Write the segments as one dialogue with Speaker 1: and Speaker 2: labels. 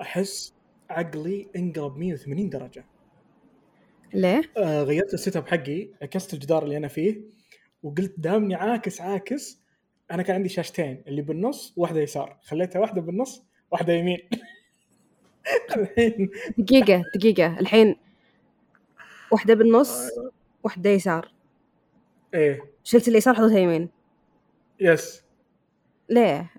Speaker 1: احس عقلي انقلب 180 درجه
Speaker 2: ليه؟
Speaker 1: آه، غيرت السيت اب حقي عكست الجدار اللي انا فيه وقلت دامني عاكس عاكس انا كان عندي شاشتين اللي بالنص واحده يسار خليتها واحده بالنص واحده يمين الحين
Speaker 2: دقيقة دقيقة الحين واحدة بالنص واحدة يسار
Speaker 1: ايه
Speaker 2: شلت اليسار حطيتها يمين
Speaker 1: يس
Speaker 2: ليه؟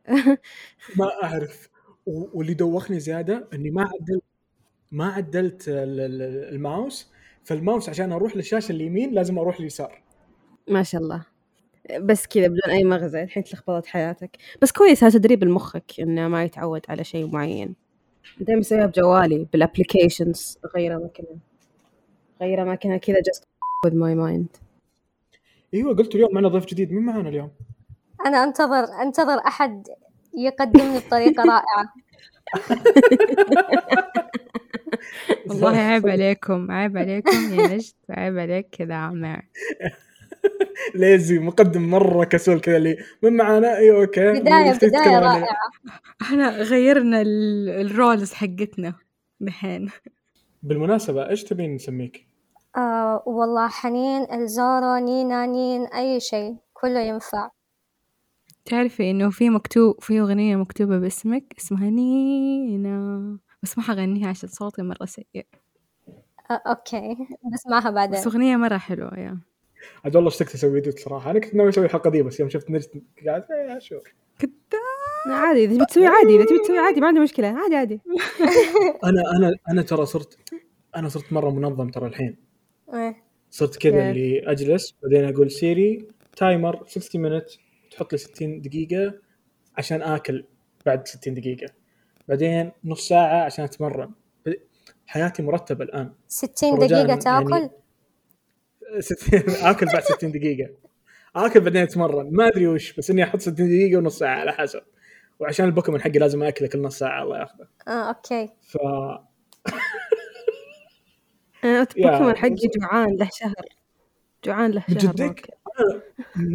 Speaker 1: ما اعرف و- واللي دوخني زياده اني ما عدلت ما عدلت ال- ال- الماوس فالماوس عشان اروح للشاشه اليمين لازم اروح اليسار
Speaker 2: ما شاء الله بس كذا بدون أي مغزى الحين تلخبطت حياتك بس كويس هذا تدريب لمخك إنه ما يتعود على شيء معين دايما أسويها بجوالي بالابلكيشنز أغير أماكنها أغير أماكنها كذا just with my mind
Speaker 1: ايوه قلت اليوم معنا ضيف جديد مين معنا اليوم؟
Speaker 3: انا انتظر انتظر احد يقدمني بطريقه رائعه
Speaker 4: والله عيب عليكم عيب عليكم يا نجد عيب عليك كذا عمار
Speaker 1: ليزي مقدم مره كسول كذا اللي من معانا إيه، اي اوكي
Speaker 3: بدايه
Speaker 1: نبي نتكلم
Speaker 3: بدايه
Speaker 1: عن-
Speaker 3: رائعه
Speaker 4: احنا غيرنا ال- الرولز حقتنا دحين
Speaker 1: بالمناسبه ايش تبين نسميك؟
Speaker 3: آه والله حنين الزورو نينا نين اي شيء كله ينفع
Speaker 4: تعرفي انه في مكتوب في اغنية مكتوبة باسمك اسمها نينا بس ما حغنيها عشان صوتي مرة سيء
Speaker 3: آه اوكي بسمعها بعدين
Speaker 4: بس اغنية مرة حلوة يا
Speaker 1: عاد والله اشتقت اسوي فيديو صراحه انا كنت ناوي اسوي الحلقه دي بس يوم شفت نجد قاعد إيه، شور
Speaker 4: كذاب
Speaker 2: عادي إذا بتسوي عادي إذا تبي تسوي عادي ما عندي مشكلة عادي عادي
Speaker 1: انا انا انا ترى صرت انا صرت مره منظم ترى الحين
Speaker 3: إيه.
Speaker 1: صرت كذا
Speaker 2: كيف؟
Speaker 1: اللي اجلس بعدين اقول سيري تايمر 60 مينت تحط لي 60 دقيقه عشان اكل بعد 60 دقيقه بعدين نص ساعه عشان اتمرن ب- حياتي مرتبه الان
Speaker 3: 60
Speaker 1: رجاءً
Speaker 3: دقيقه تاكل
Speaker 1: يعني- 60 اكل بعد 60 دقيقه اكل بعدين اتمرن ما ادري وش بس اني احط 60 دقيقه ونص ساعه على حسب وعشان البوكيمون حقي لازم اكله كل نص ساعه الله ياخذه
Speaker 3: اه اوكي
Speaker 1: ف
Speaker 2: أنا
Speaker 1: يا
Speaker 2: البوكيمون
Speaker 1: عمي.
Speaker 2: حقي جوعان له شهر جوعان له
Speaker 1: من
Speaker 2: شهر
Speaker 1: جدك؟
Speaker 2: ماكل.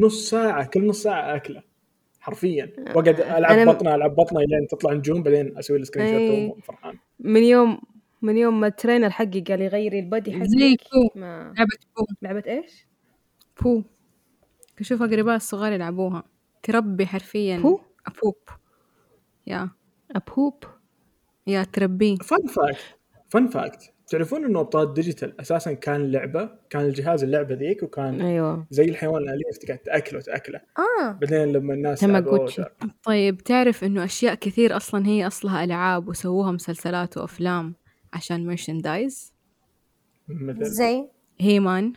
Speaker 1: نص ساعة كل نص ساعة أكله حرفيا وقعد
Speaker 2: أنا
Speaker 1: ألعب
Speaker 2: م-
Speaker 1: بطنة ألعب بطنة لين تطلع نجوم بعدين أسوي السكرين شوت
Speaker 2: إيه.
Speaker 1: وأقوم فرحان
Speaker 2: من يوم من يوم ما الترينر حقي قال لي غيري البادي حقك
Speaker 4: زي كو
Speaker 2: ما
Speaker 4: لعبة بو
Speaker 2: لعبة ايش؟
Speaker 4: بو أشوف أقرباء الصغار يلعبوها تربي حرفيا
Speaker 2: بو؟
Speaker 4: أبوب يا
Speaker 2: ابوب
Speaker 4: يا تربيه
Speaker 1: فن فاكت فن فاكت تعرفون إنه أبطال ديجيتال أساسا كان لعبة كان الجهاز اللعبة ذيك وكان
Speaker 2: ايوه
Speaker 1: زي الحيوان الأليف تقعد تأكله تأكله
Speaker 3: اه
Speaker 1: بعدين لما الناس
Speaker 2: تاماغوتشي.
Speaker 1: لعبوه وشا-
Speaker 4: طيب تعرف انه اشياء كثير اصلا هي اصلها العاب وسووها مسلسلات وافلام عشان مرشندايز
Speaker 1: مثل
Speaker 3: زي
Speaker 4: هيمان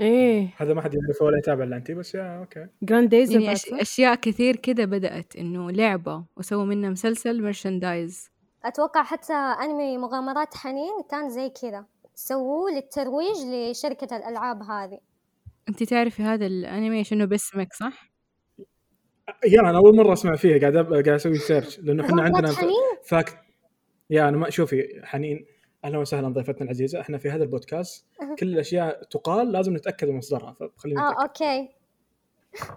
Speaker 2: ايه
Speaker 1: هذا ما حد يعرفه ولا يتابع إلا أنت بس يا أوكي
Speaker 2: جراند دايز
Speaker 4: يعني أش... اشياء كثير كذا بدات انه لعبه وسووا منها مسلسل مرشندايز
Speaker 3: اتوقع حتى انمي مغامرات حنين كان زي كذا سووه للترويج لشركه الالعاب هذه
Speaker 4: انت تعرفي هذا الانمي شنو باسمك صح
Speaker 1: يا أنا أول مرة أسمع فيها قاعد أب- قاعد أسوي سيرش لأنه إحنا
Speaker 3: مغامرات
Speaker 1: عندنا
Speaker 3: حنين
Speaker 1: فاكت يا انا ما شوفي حنين اهلا وسهلا ضيفتنا العزيزه احنا في هذا البودكاست كل الاشياء تقال لازم نتاكد من مصدرها فخلينا
Speaker 3: اه
Speaker 1: نتاكد
Speaker 3: اوكي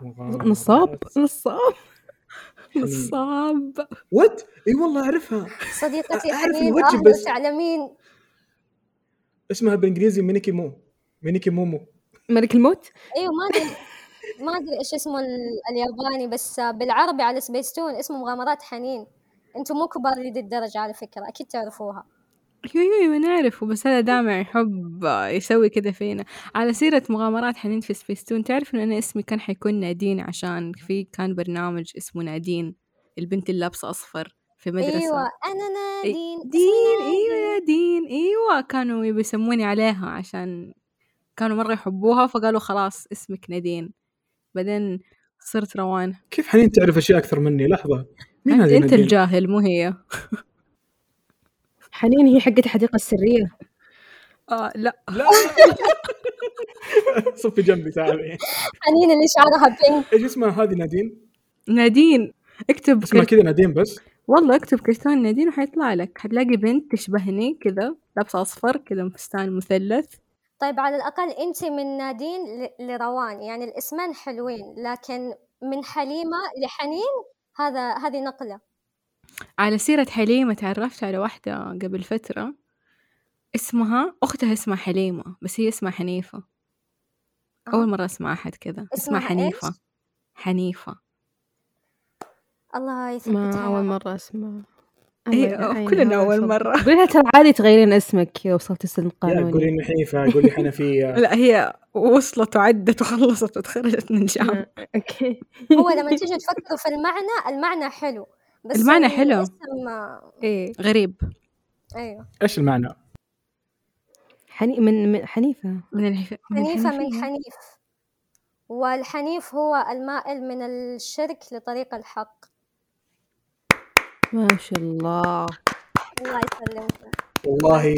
Speaker 1: مغامرات.
Speaker 2: نصاب نصاب
Speaker 4: نصاب
Speaker 1: وات اي والله اعرفها
Speaker 3: صديقتي
Speaker 1: أعرف
Speaker 3: حنين آه،
Speaker 1: الوجه
Speaker 3: اهلا
Speaker 1: بس.
Speaker 3: وتعلمين
Speaker 1: اسمها بالانجليزي مينيكي مو مينيكي مومو
Speaker 2: ملك الموت
Speaker 3: ايوه ما ادري ما ادري ايش اسمه ال- الياباني بس بالعربي على سبيستون اسمه مغامرات حنين انتم مو كبار لذي الدرجه على فكره اكيد تعرفوها
Speaker 4: يو يو يو نعرفه أيوة، بس هذا دامع حب يسوي كذا فينا على سيرة مغامرات حنين في سبيستون تعرف ان انا اسمي كان حيكون نادين عشان في كان برنامج اسمه نادين البنت اللي لابسة اصفر في مدرسة
Speaker 3: ايوه انا
Speaker 4: إي-
Speaker 3: نادين اسمي
Speaker 4: دين ايوه
Speaker 3: نادين.
Speaker 4: نادين ايوه كانوا يبي يسموني عليها عشان كانوا مرة يحبوها فقالوا خلاص اسمك نادين بعدين صرت روان
Speaker 1: كيف حنين تعرف اشياء اكثر مني لحظه مين
Speaker 4: انت,
Speaker 1: هذه
Speaker 4: انت
Speaker 1: نادين؟
Speaker 4: الجاهل مو هي
Speaker 2: حنين هي حقت الحديقة السرية
Speaker 4: آه لا
Speaker 1: لا صفي جنبي تعالي
Speaker 3: حنين اللي شعرها بينك
Speaker 1: ايش اسمها هذه نادين؟
Speaker 4: نادين اكتب
Speaker 1: اسمها
Speaker 4: كرت-
Speaker 1: كذا نادين بس
Speaker 4: والله اكتب كرتون نادين وحيطلع لك حتلاقي بنت تشبهني كذا لابسة أصفر كذا فستان مثلث
Speaker 3: طيب على الاقل انت من نادين ل- لروان يعني الاسمان حلوين لكن من حليمه لحنين هذا هذه نقله
Speaker 4: على سيرة حليمة تعرفت على واحدة قبل فترة اسمها أختها اسمها حليمة بس هي اسمها حنيفة أول مرة أسمع أحد كذا اسمها
Speaker 3: آه. اسمها
Speaker 4: حنيفة
Speaker 3: إيش؟
Speaker 4: حنيفة
Speaker 3: الله يثبتها
Speaker 2: ما
Speaker 3: يا
Speaker 2: أول
Speaker 3: رب.
Speaker 2: مرة أسمع
Speaker 4: إيه،
Speaker 2: أبداً، أي
Speaker 4: كلنا
Speaker 2: نهار
Speaker 4: أول
Speaker 2: أسود.
Speaker 4: مرة.
Speaker 2: قولي لها ترى عادي تغيرين اسمك إذا وصلت السن
Speaker 1: لا
Speaker 2: قانوني
Speaker 1: قولي انه حنيفه قولي حنفيه
Speaker 4: لا هي وصلت وعدت وخلصت وتخرجت من الجامعة
Speaker 2: اوكي
Speaker 3: هو لما تيجي تفكروا في المعنى المعنى حلو بس
Speaker 4: المعنى حلو.
Speaker 3: الاسم
Speaker 4: إيه غريب
Speaker 3: ايوه
Speaker 1: ايش المعنى؟
Speaker 2: حني من, من حنيفة
Speaker 4: من الحف...
Speaker 2: أيوة.
Speaker 3: حنيفة من
Speaker 4: الحنيفية.
Speaker 3: حنيف والحنيف هو المائل من الشرك لطريق الحق
Speaker 2: ما شاء الله
Speaker 3: الله يسلمك
Speaker 1: والله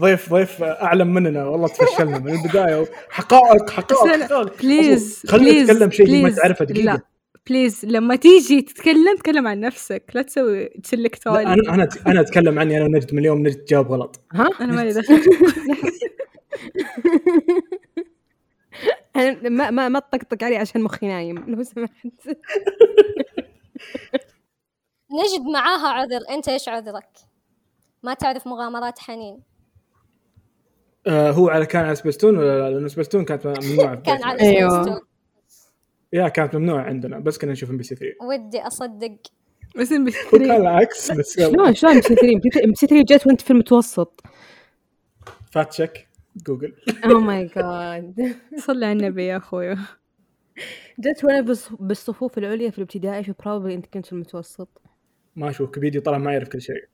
Speaker 1: ضيف ضيف اعلم مننا والله تفشلنا من البدايه حقائق حقائق
Speaker 4: أسأل-
Speaker 1: حقائق
Speaker 4: بليز
Speaker 1: أصلاً، خلينا
Speaker 4: بليز،
Speaker 1: نتكلم شيء ما
Speaker 4: بليز.
Speaker 1: تعرفه دقيقه
Speaker 4: لا بليز لما تيجي تتكلم تكلم عن نفسك لا تسوي تسلكت
Speaker 1: لا،
Speaker 4: انا
Speaker 1: انا انا انا اتكلم عني انا ونجد من اليوم نجد جاوب غلط
Speaker 2: ها
Speaker 4: انا مالي دخل
Speaker 2: أنا ما ما ما تطقطق علي عشان مخي نايم لو سمحت
Speaker 3: نجد معاها عذر انت ايش عذرك ما تعرف مغامرات حنين
Speaker 1: آه هو على كان على سبيستون ولا لا؟ لانه سبيستون كانت ممنوعه
Speaker 3: كان على
Speaker 2: أيوة.
Speaker 3: سبيستون
Speaker 1: يا كانت ممنوعه عندنا بس كنا نشوف ام بي سي 3
Speaker 3: ودي اصدق
Speaker 4: بس إن
Speaker 1: وكان
Speaker 4: بيشتري.
Speaker 1: العكس بس يلا
Speaker 2: شلون شلون ام سي 3 ام سي 3 جت وانت في المتوسط
Speaker 1: فات شك جوجل
Speaker 2: او ماي جاد
Speaker 4: صلي على النبي يا اخوي
Speaker 2: جت وانا بص- بالصفوف العليا في الابتدائي فبروبلي انت كنت في المتوسط
Speaker 1: ما اشوف كبيدي طلع ما يعرف كل شيء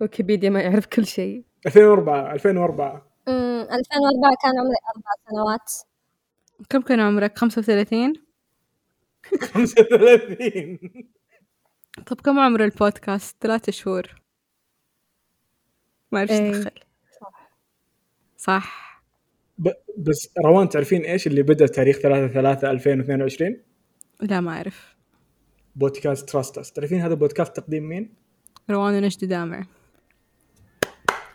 Speaker 2: ويكيبيديا ما يعرف كل شيء
Speaker 1: 2004 2004
Speaker 3: امم 2004 كان عمري اربع سنوات
Speaker 4: كم كان عمرك 35
Speaker 1: 35
Speaker 4: طب كم عمر البودكاست ثلاثة شهور ما اعرف
Speaker 2: إيه.
Speaker 4: ايش دخل صح
Speaker 1: ب... بس روان تعرفين ايش اللي بدا تاريخ 3 3 2022
Speaker 4: لا ما اعرف
Speaker 1: بودكاست تراستس تعرفين هذا بودكاست تقديم مين؟
Speaker 4: روان ونجد دامع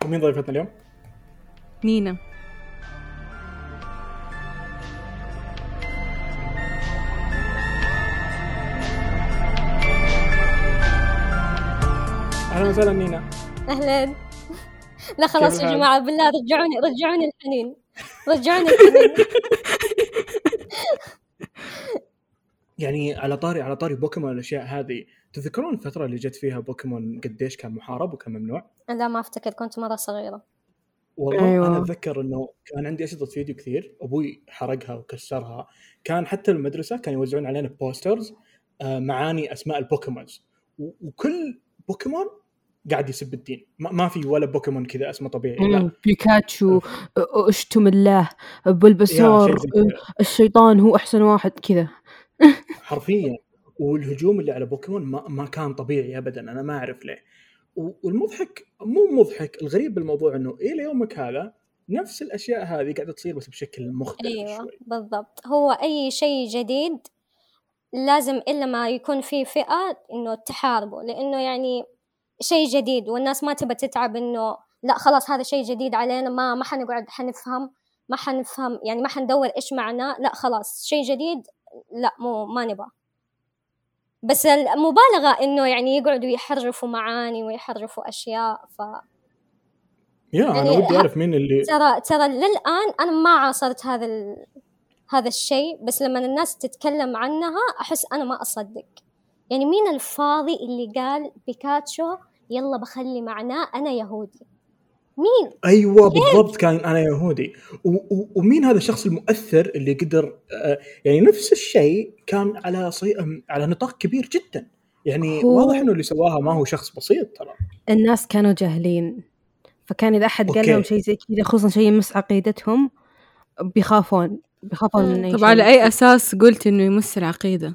Speaker 1: ومين ضيفتنا اليوم؟
Speaker 4: نينا
Speaker 1: اهلا وسهلا نينا
Speaker 3: اهلين لا خلاص
Speaker 1: كيف
Speaker 3: يا
Speaker 1: الحال؟
Speaker 3: جماعه بالله رجعوني رجعوني الحنين رجعوني الحنين
Speaker 1: يعني على طاري على طاري بوكيمون والاشياء هذه تذكرون الفتره اللي جت فيها بوكيمون قديش كان محارب وكان ممنوع؟
Speaker 3: لا ما افتكر كنت مره صغيره
Speaker 1: والله أيوة.
Speaker 2: أيوة.
Speaker 1: انا اتذكر انه كان عندي اشرطه فيديو كثير ابوي حرقها وكسرها كان حتى المدرسه كانوا يوزعون علينا بوسترز آه، معاني اسماء البوكيمونز و- وكل بوكيمون قاعد يسب الدين ما, ما في ولا بوكيمون كذا اسمه طبيعي لا
Speaker 2: بيكاتشو أ- اشتم الله
Speaker 1: يا
Speaker 2: بلبسور
Speaker 1: شيء زي كذا.
Speaker 2: الشيطان هو احسن واحد كذا
Speaker 1: حرفيا والهجوم اللي على بوكيمون ما, ما كان طبيعي ابدا انا ما اعرف ليه و- والمضحك مو مضحك الغريب بالموضوع انه الى يومك هذا نفس الاشياء هذه قاعده تصير بس بشكل مختلف أيوة.
Speaker 3: ايوه
Speaker 1: شوي
Speaker 3: بالضبط هو اي شيء جديد لازم الا ما يكون في فئه انه تحاربه لانه يعني شيء جديد والناس ما تبى تتعب انه لا خلاص هذا شيء جديد علينا ما ما حنقعد حنفهم ما حنفهم يعني ما حندور ايش معناه لا خلاص شيء جديد لا مو ما نبغى بس المبالغه انه يعني يقعدوا يحرفوا معاني ويحرفوا اشياء ف
Speaker 1: يا انا
Speaker 3: يعني
Speaker 1: ودي اعرف مين اللي
Speaker 3: ترى ترى للآن أنا ما عاصرت هذا ال... هذا الشيء بس لما الناس تتكلم عنها أحس أنا ما أصدق يعني مين الفاضي اللي قال بيكاتشو يلا بخلي معناه أنا يهودي مين
Speaker 1: ايوه بالضبط كان انا يهودي و- و- ومين هذا الشخص المؤثر اللي قدر آه، يعني نفس الشيء كان على صي... على نطاق كبير جدا يعني
Speaker 2: هو-
Speaker 1: واضح انه اللي سواها ما هو شخص بسيط ترى
Speaker 2: الناس كانوا جاهلين فكان اذا احد قال
Speaker 1: أوكي.
Speaker 2: لهم شيء زي كذا خصوصا شيء يمس عقيدتهم بيخافون بيخافون
Speaker 3: مم.
Speaker 2: من اي
Speaker 4: طب
Speaker 2: شيء.
Speaker 4: على اي اساس قلت انه يمس العقيده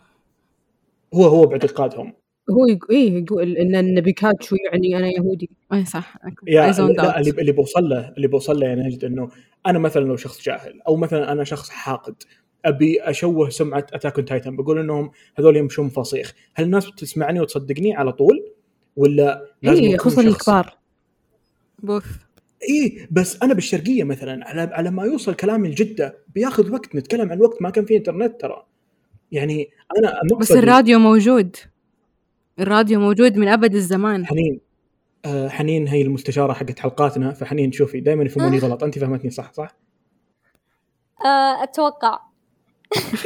Speaker 1: هو هو باعتقادهم
Speaker 2: هو يقول ايه يقول ان إن بيكاتشو يعني انا يهودي
Speaker 4: اي صح
Speaker 1: يا
Speaker 4: I zoned
Speaker 1: لا
Speaker 4: out.
Speaker 1: اللي اللي بوصل له اللي بوصل له يعني يا نجد انه انا مثلا لو شخص جاهل او مثلا انا شخص حاقد ابي اشوه سمعه اتاك تايتن بقول انهم هذول يمشون فصيخ هل الناس بتسمعني وتصدقني على طول ولا لازم
Speaker 2: ايه
Speaker 1: أكون
Speaker 2: خصوصا
Speaker 1: شخص-
Speaker 2: الكبار
Speaker 4: بوث
Speaker 1: ايه بس انا بالشرقيه مثلا على على ما يوصل كلامي لجده بياخذ وقت نتكلم عن وقت ما كان في انترنت ترى يعني انا
Speaker 4: بس
Speaker 1: مقصدي-
Speaker 4: الراديو موجود الراديو موجود من أبد الزمان
Speaker 1: حنين آه، حنين هي المستشاره حقت حلقاتنا فحنين شوفي دائما يفهموني غلط انت فهمتني صح صح؟
Speaker 3: آه، اتوقع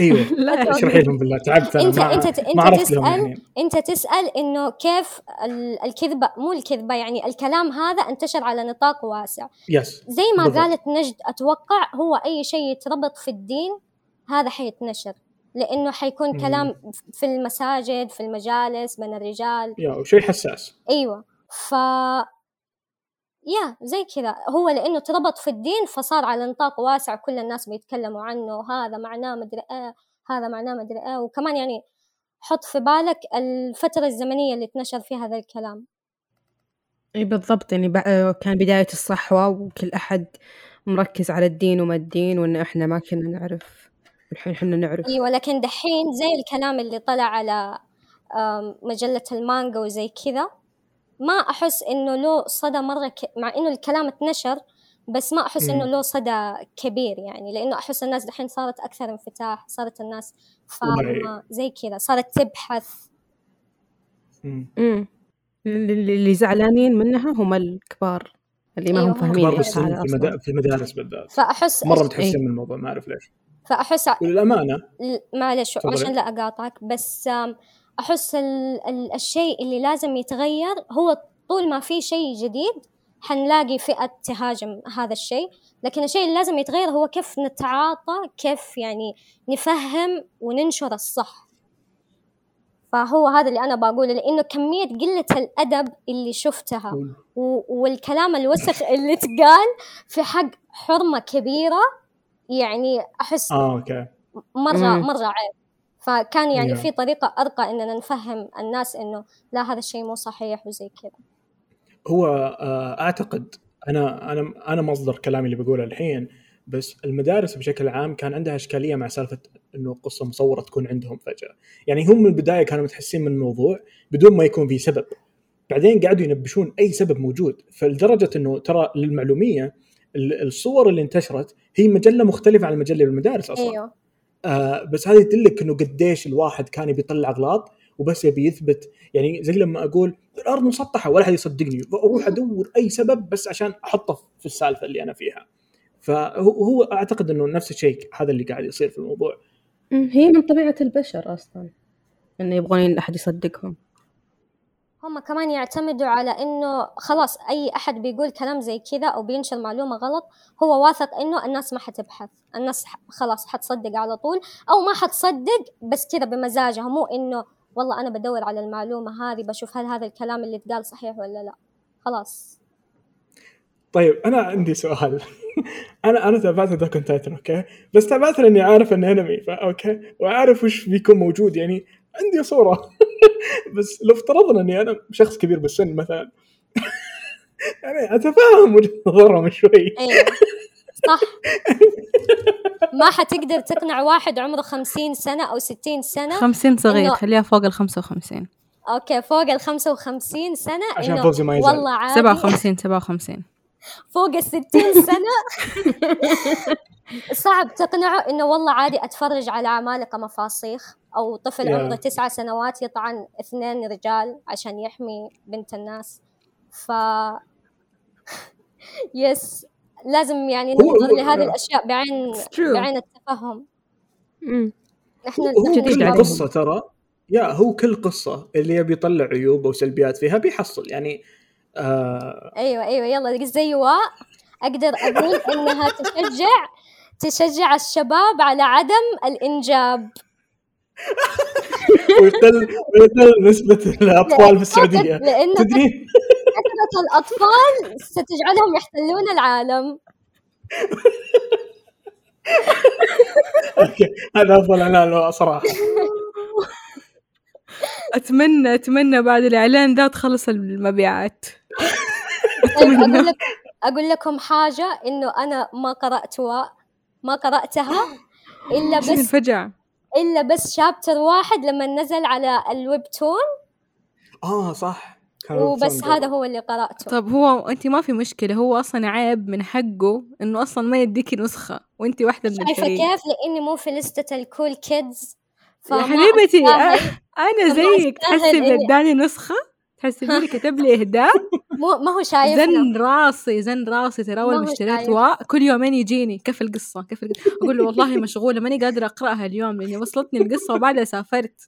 Speaker 1: ايوه
Speaker 4: لا
Speaker 1: اشرحي لهم بالله تعبت انا
Speaker 3: انت
Speaker 1: ما-
Speaker 3: انت انت
Speaker 1: ما يعني. عرفت لهم يا
Speaker 3: تسال
Speaker 1: حنين
Speaker 3: انت تسال انه كيف ال- الكذبه مو الكذبه يعني الكلام هذا انتشر على نطاق واسع
Speaker 1: يس
Speaker 3: زي ما
Speaker 1: بالضبط.
Speaker 3: قالت نجد اتوقع هو اي شيء يتربط في الدين هذا حيتنشر لانه حيكون
Speaker 1: مم.
Speaker 3: كلام في المساجد في المجالس بين الرجال
Speaker 1: يا وشيء حساس
Speaker 3: ايوه ف يا زي كذا هو لانه تربط في الدين فصار على نطاق واسع كل الناس بيتكلموا عنه هذا معناه مدري ايه هذا معناه مدري ايه وكمان يعني حط في بالك الفترة الزمنية اللي تنشر فيها هذا الكلام
Speaker 2: اي بالضبط يعني بع- كان بداية الصحوة وكل أحد مركز على الدين وما الدين وإن إحنا ما كنا نعرف الحين إحنا نعرف
Speaker 3: ايوه لكن دحين زي الكلام اللي طلع على آم، مجلة المانجا وزي كذا ما احس انه له صدى مرة ك... مع انه الكلام اتنشر بس ما احس
Speaker 1: مم.
Speaker 3: انه له صدى كبير يعني لانه احس الناس دحين صارت اكثر انفتاح صارت الناس فاهمة زي كذا صارت تبحث
Speaker 1: مم.
Speaker 2: أمم. اللي اللي زعلانين منها هم الكبار اللي ما
Speaker 3: أيوة،
Speaker 2: هم
Speaker 3: هم
Speaker 2: فاهمين
Speaker 1: كبار في
Speaker 2: إيش
Speaker 1: السن
Speaker 2: هذا
Speaker 1: في,
Speaker 2: أصلاً.
Speaker 1: المدا... في المدارس بالذات
Speaker 3: فاحس
Speaker 1: مره
Speaker 2: إيه.
Speaker 1: متحسن من الموضوع ما اعرف ليش
Speaker 3: فاحس
Speaker 1: وللامانه
Speaker 3: ل- معلش
Speaker 1: تفضلي.
Speaker 3: عشان لا اقاطعك بس آم، احس ال- ال- الشيء اللي لازم يتغير هو طول ما في شيء جديد حنلاقي فئة تهاجم هذا الشيء لكن الشيء اللي لازم يتغير هو كيف نتعاطى كيف يعني نفهم وننشر الصح فهو هذا اللي أنا بقوله لأنه كمية قلة الأدب اللي شفتها و- والكلام الوسخ اللي تقال في حق حرمة كبيرة يعني أحس
Speaker 1: اه اوكي
Speaker 3: مره
Speaker 2: مم.
Speaker 3: مره عيب فكان يعني
Speaker 1: Yeah.
Speaker 3: في طريقه ارقى اننا نفهم الناس انه لا هذا الشيء مو صحيح وزي كذا
Speaker 1: هو آه، اعتقد انا انا انا مصدر كلامي اللي بقوله الحين بس المدارس بشكل عام كان عندها اشكاليه مع سالفه انه قصه مصوره تكون عندهم فجاه، يعني هم من البدايه كانوا متحسين من الموضوع بدون ما يكون في سبب. بعدين قعدوا ينبشون اي سبب موجود، فلدرجه انه ترى للمعلوميه ال- الصور اللي انتشرت هي مجله مختلفه عن المجله اللي بالمدارس اصلا.
Speaker 3: ايوه
Speaker 1: آه بس هذا يدلك انه قديش الواحد كان يبي يطلع اغلاط وبس يبي يثبت يعني زي لما اقول الارض مسطحه ولا احد يصدقني اروح ادور اي سبب بس عشان احطه في السالفه اللي انا فيها فهو هو اعتقد انه نفس الشيء هذا اللي قاعد يصير في الموضوع
Speaker 2: أمم، هي من طبيعة البشر أصلا إنه يبغون إن أحد يصدقهم
Speaker 3: هم كمان يعتمدوا على انه خلاص اي احد بيقول كلام زي كذا او بينشر معلومه غلط هو واثق انه الناس ما حتبحث الناس ح- خلاص حتصدق على طول او ما حتصدق بس كذا بمزاجها مو انه والله انا بدور على المعلومه هذه بشوف هل هذا الكلام اللي اتقال صحيح ولا لا خلاص
Speaker 1: طيب انا عندي سؤال انا انا تابعت ذاك تايتن اوكي بس تابعت لاني عارف انه انمي فا اوكي وعارف وش بيكون موجود يعني عندي صوره بس لو افترضنا اني انا شخص كبير بالسن مثلا يعني اتفاهم وجهه نظرهم شوي
Speaker 3: ايوه صح ما حتقدر تقنع واحد عمره خمسين سنة أو ستين سنة
Speaker 4: خمسين صغير
Speaker 3: إنه-
Speaker 4: خليها فوق ال 55
Speaker 3: أوكي فوق ال 55 سنة
Speaker 1: عشان
Speaker 3: إنه
Speaker 1: فوزي ما يزعل.
Speaker 3: والله عادي
Speaker 4: 57 57
Speaker 3: فوق ال 60 سنة صعب تقنعه إنه والله عادي أتفرج على عمالقة مفاصيخ أو طفل
Speaker 1: يا.
Speaker 3: عمره تسعة سنوات يطعن اثنين رجال عشان يحمي بنت الناس ف يس لازم يعني
Speaker 1: هو-
Speaker 3: ننظر
Speaker 1: هو- آه.
Speaker 3: لهذه الأشياء بعين
Speaker 2: It's true.
Speaker 3: بعين التفهم
Speaker 2: أمم.
Speaker 3: نحن
Speaker 1: هو
Speaker 3: نحن
Speaker 2: جديد
Speaker 1: كل
Speaker 2: عليهم.
Speaker 1: قصه ترى يا هو كل قصه اللي يبي يطلع عيوب او سلبيات فيها بيحصل يعني آه
Speaker 3: ايوه ايوه يلا زي واء اقدر اقول انها تشجع تشجع الشباب على عدم الانجاب
Speaker 1: ويقل ويقل نسبه الاطفال في السعوديه
Speaker 3: لان
Speaker 1: تدري
Speaker 3: كثره الاطفال ستجعلهم يحتلون العالم
Speaker 1: اوكي هذا افضل اعلان صراحه
Speaker 4: أتمنى أتمنى بعد الإعلان ده تخلص المبيعات
Speaker 3: طيب اقول لك اقول لكم حاجه انه انا ما قرات واء ما قراتها الا
Speaker 4: شوف
Speaker 3: بس
Speaker 4: الفجعة
Speaker 3: الا بس شابتر واحد لما نزل على الويبتون
Speaker 1: اه صح كان
Speaker 3: وبس
Speaker 1: الفندق.
Speaker 3: هذا هو اللي قراته
Speaker 4: طب هو أنت ما في مشكلة هو أصلا عيب من حقه إنه أصلا ما يديكي نسخة وأنت واحدة من
Speaker 3: شايفه
Speaker 4: الفريق
Speaker 3: كيف لاني مو في لستة الكول كيدز
Speaker 4: يا حبيبتي
Speaker 3: أستاهل.
Speaker 4: آه، انا
Speaker 3: طب
Speaker 4: زيك
Speaker 3: أستاهل
Speaker 4: تحسبي
Speaker 3: إني-
Speaker 4: لي اداني نسخه تحسبي لي كتب لي اهداء
Speaker 3: مو ما هو شايفنا
Speaker 4: زن راسي زن راسي ترى
Speaker 3: أيوة، ما
Speaker 4: اول
Speaker 3: هو أيوة.
Speaker 4: ما اشتريت
Speaker 3: شايف.
Speaker 4: وا كل يومين يجيني كيف القصه كيف القصة؟ اقول له والله مشغوله ماني قادره اقراها اليوم لاني وصلتني القصه وبعدها سافرت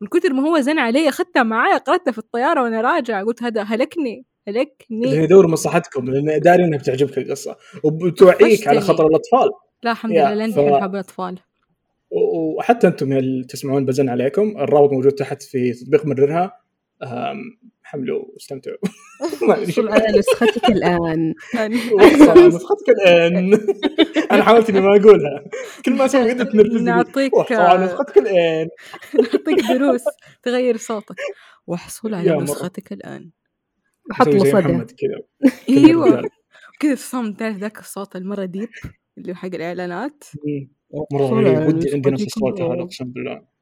Speaker 4: من كتر ما هو زن علي اخذتها معايا قراتها في الطياره وانا راجعه قلت هذا هلكني
Speaker 1: لأنه
Speaker 4: هلكني
Speaker 1: يدور مصلحتكم لان داري انها بتعجبك القصه وبتوعيك على
Speaker 4: وحشتني.
Speaker 1: خطر الاطفال
Speaker 4: لا الحمد
Speaker 1: يا،
Speaker 4: لله لين
Speaker 1: ف-
Speaker 4: دحين حب الاطفال
Speaker 1: و- وحتى انتم يا اللي تسمعون بزن عليكم الرابط موجود تحت في تطبيق مررها أم، حملوا واستمتعوا ما ادري شو
Speaker 2: على نسختك الان
Speaker 1: وصل نسختك الان انا حاولت اني ما اقولها كل ما اسوي كذا تنرفزني
Speaker 4: نعطيك-
Speaker 1: وصل على نسختك الان
Speaker 4: نعطيك دروس تغير صوتك واحصل
Speaker 1: يا
Speaker 4: على
Speaker 1: مرة.
Speaker 4: نسختك الان
Speaker 2: بحط
Speaker 1: أسوي زي
Speaker 2: مصدر
Speaker 1: محمد كذا كذا
Speaker 4: ايوه
Speaker 1: الرجال.
Speaker 4: كذا الصمت تعرف ذاك الصوت المره ديب اللي هو حق الاعلانات
Speaker 1: مره
Speaker 2: أحصل على
Speaker 1: غريب ودي عندي نفس
Speaker 2: نسختك
Speaker 1: الصوت
Speaker 2: الآن.
Speaker 1: هذا اقسم بالله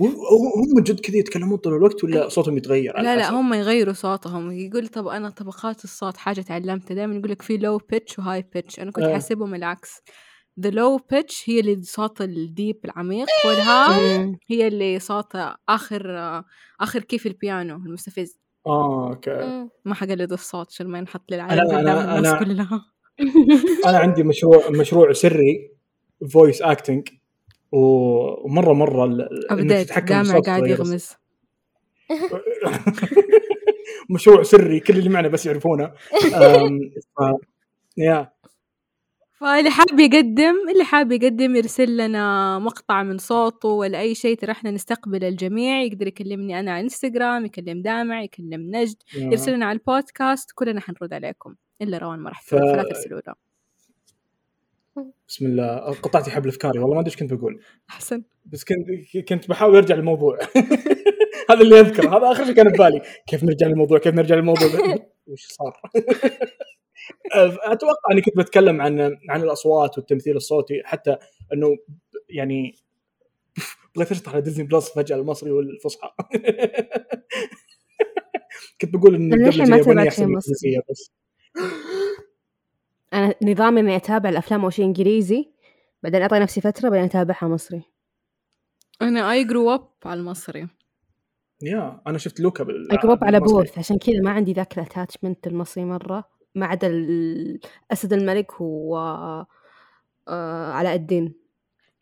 Speaker 1: و- و- هم جد كذا يتكلمون طول الوقت ولا صوتهم يتغير على
Speaker 4: لا لا
Speaker 1: حسب؟
Speaker 4: هم يغيروا صوتهم يقول طب انا طبقات الصوت حاجه تعلمتها دائما يقول لك في لو بيتش وهاي بيتش انا كنت
Speaker 1: آه.
Speaker 4: حاسبهم العكس ذا لو بيتش هي اللي صوت الديب العميق والهاي هي اللي صوت اخر اخر كيف البيانو المستفز
Speaker 1: اه اوكي
Speaker 3: مم.
Speaker 4: ما حقلد الصوت عشان ما ينحط للعالم
Speaker 1: أنا-
Speaker 4: قدام
Speaker 1: أنا-
Speaker 4: الناس
Speaker 1: أنا-
Speaker 4: كلها
Speaker 1: انا عندي مشروع مشروع سري فويس اكتنج ومره مره ال- إنك
Speaker 4: ابديت
Speaker 1: تتحكم
Speaker 4: جامع
Speaker 1: بالصوت
Speaker 4: قاعد
Speaker 1: تغير
Speaker 4: يغمز
Speaker 1: مشروع سري كل اللي معنا بس يعرفونه أم، ف- يا
Speaker 4: فاللي حاب يقدم اللي حاب يقدم يرسل لنا مقطع من صوته ولا اي شيء ترى احنا نستقبل الجميع يقدر يكلمني انا على انستغرام يكلم دامع يكلم نجد
Speaker 1: يا.
Speaker 4: يرسل لنا على البودكاست كلنا حنرد عليكم الا روان ما راح
Speaker 1: ف-
Speaker 4: ترد فلا ترسلوا له
Speaker 1: بسم الله قطعتي حبل افكاري والله ما ادري ايش كنت بقول
Speaker 4: احسن
Speaker 1: بس كنت كنت بحاول ارجع للموضوع هذا اللي اذكره هذا اخر شيء كان ببالي كيف نرجع للموضوع كيف نرجع للموضوع وش صار اتوقع اني كنت بتكلم عن عن الاصوات والتمثيل الصوتي حتى انه يعني بغيت اشطح على ديزني بلس فجاه المصري والفصحى كنت بقول ان
Speaker 2: أنا
Speaker 1: الدبلجة
Speaker 2: الحين ما
Speaker 1: اليابانية
Speaker 2: تابعت
Speaker 1: أحسن
Speaker 2: شيء
Speaker 1: من
Speaker 2: مصري.
Speaker 1: الإنجليزية بس
Speaker 2: انا نظامي اني اتابع الافلام اول شيء انجليزي بعدين اعطي نفسي فتره بعدين اتابعها مصري
Speaker 4: انا اي جرو اب على المصري
Speaker 1: يا انا شفت لوكا بال
Speaker 2: اقرب أيوة، على
Speaker 1: بالمصري.
Speaker 2: بوث عشان كذا ما عندي ذاك الاتاتشمنت المصري مره ما عدا ال- اسد الملك و آه، علاء الدين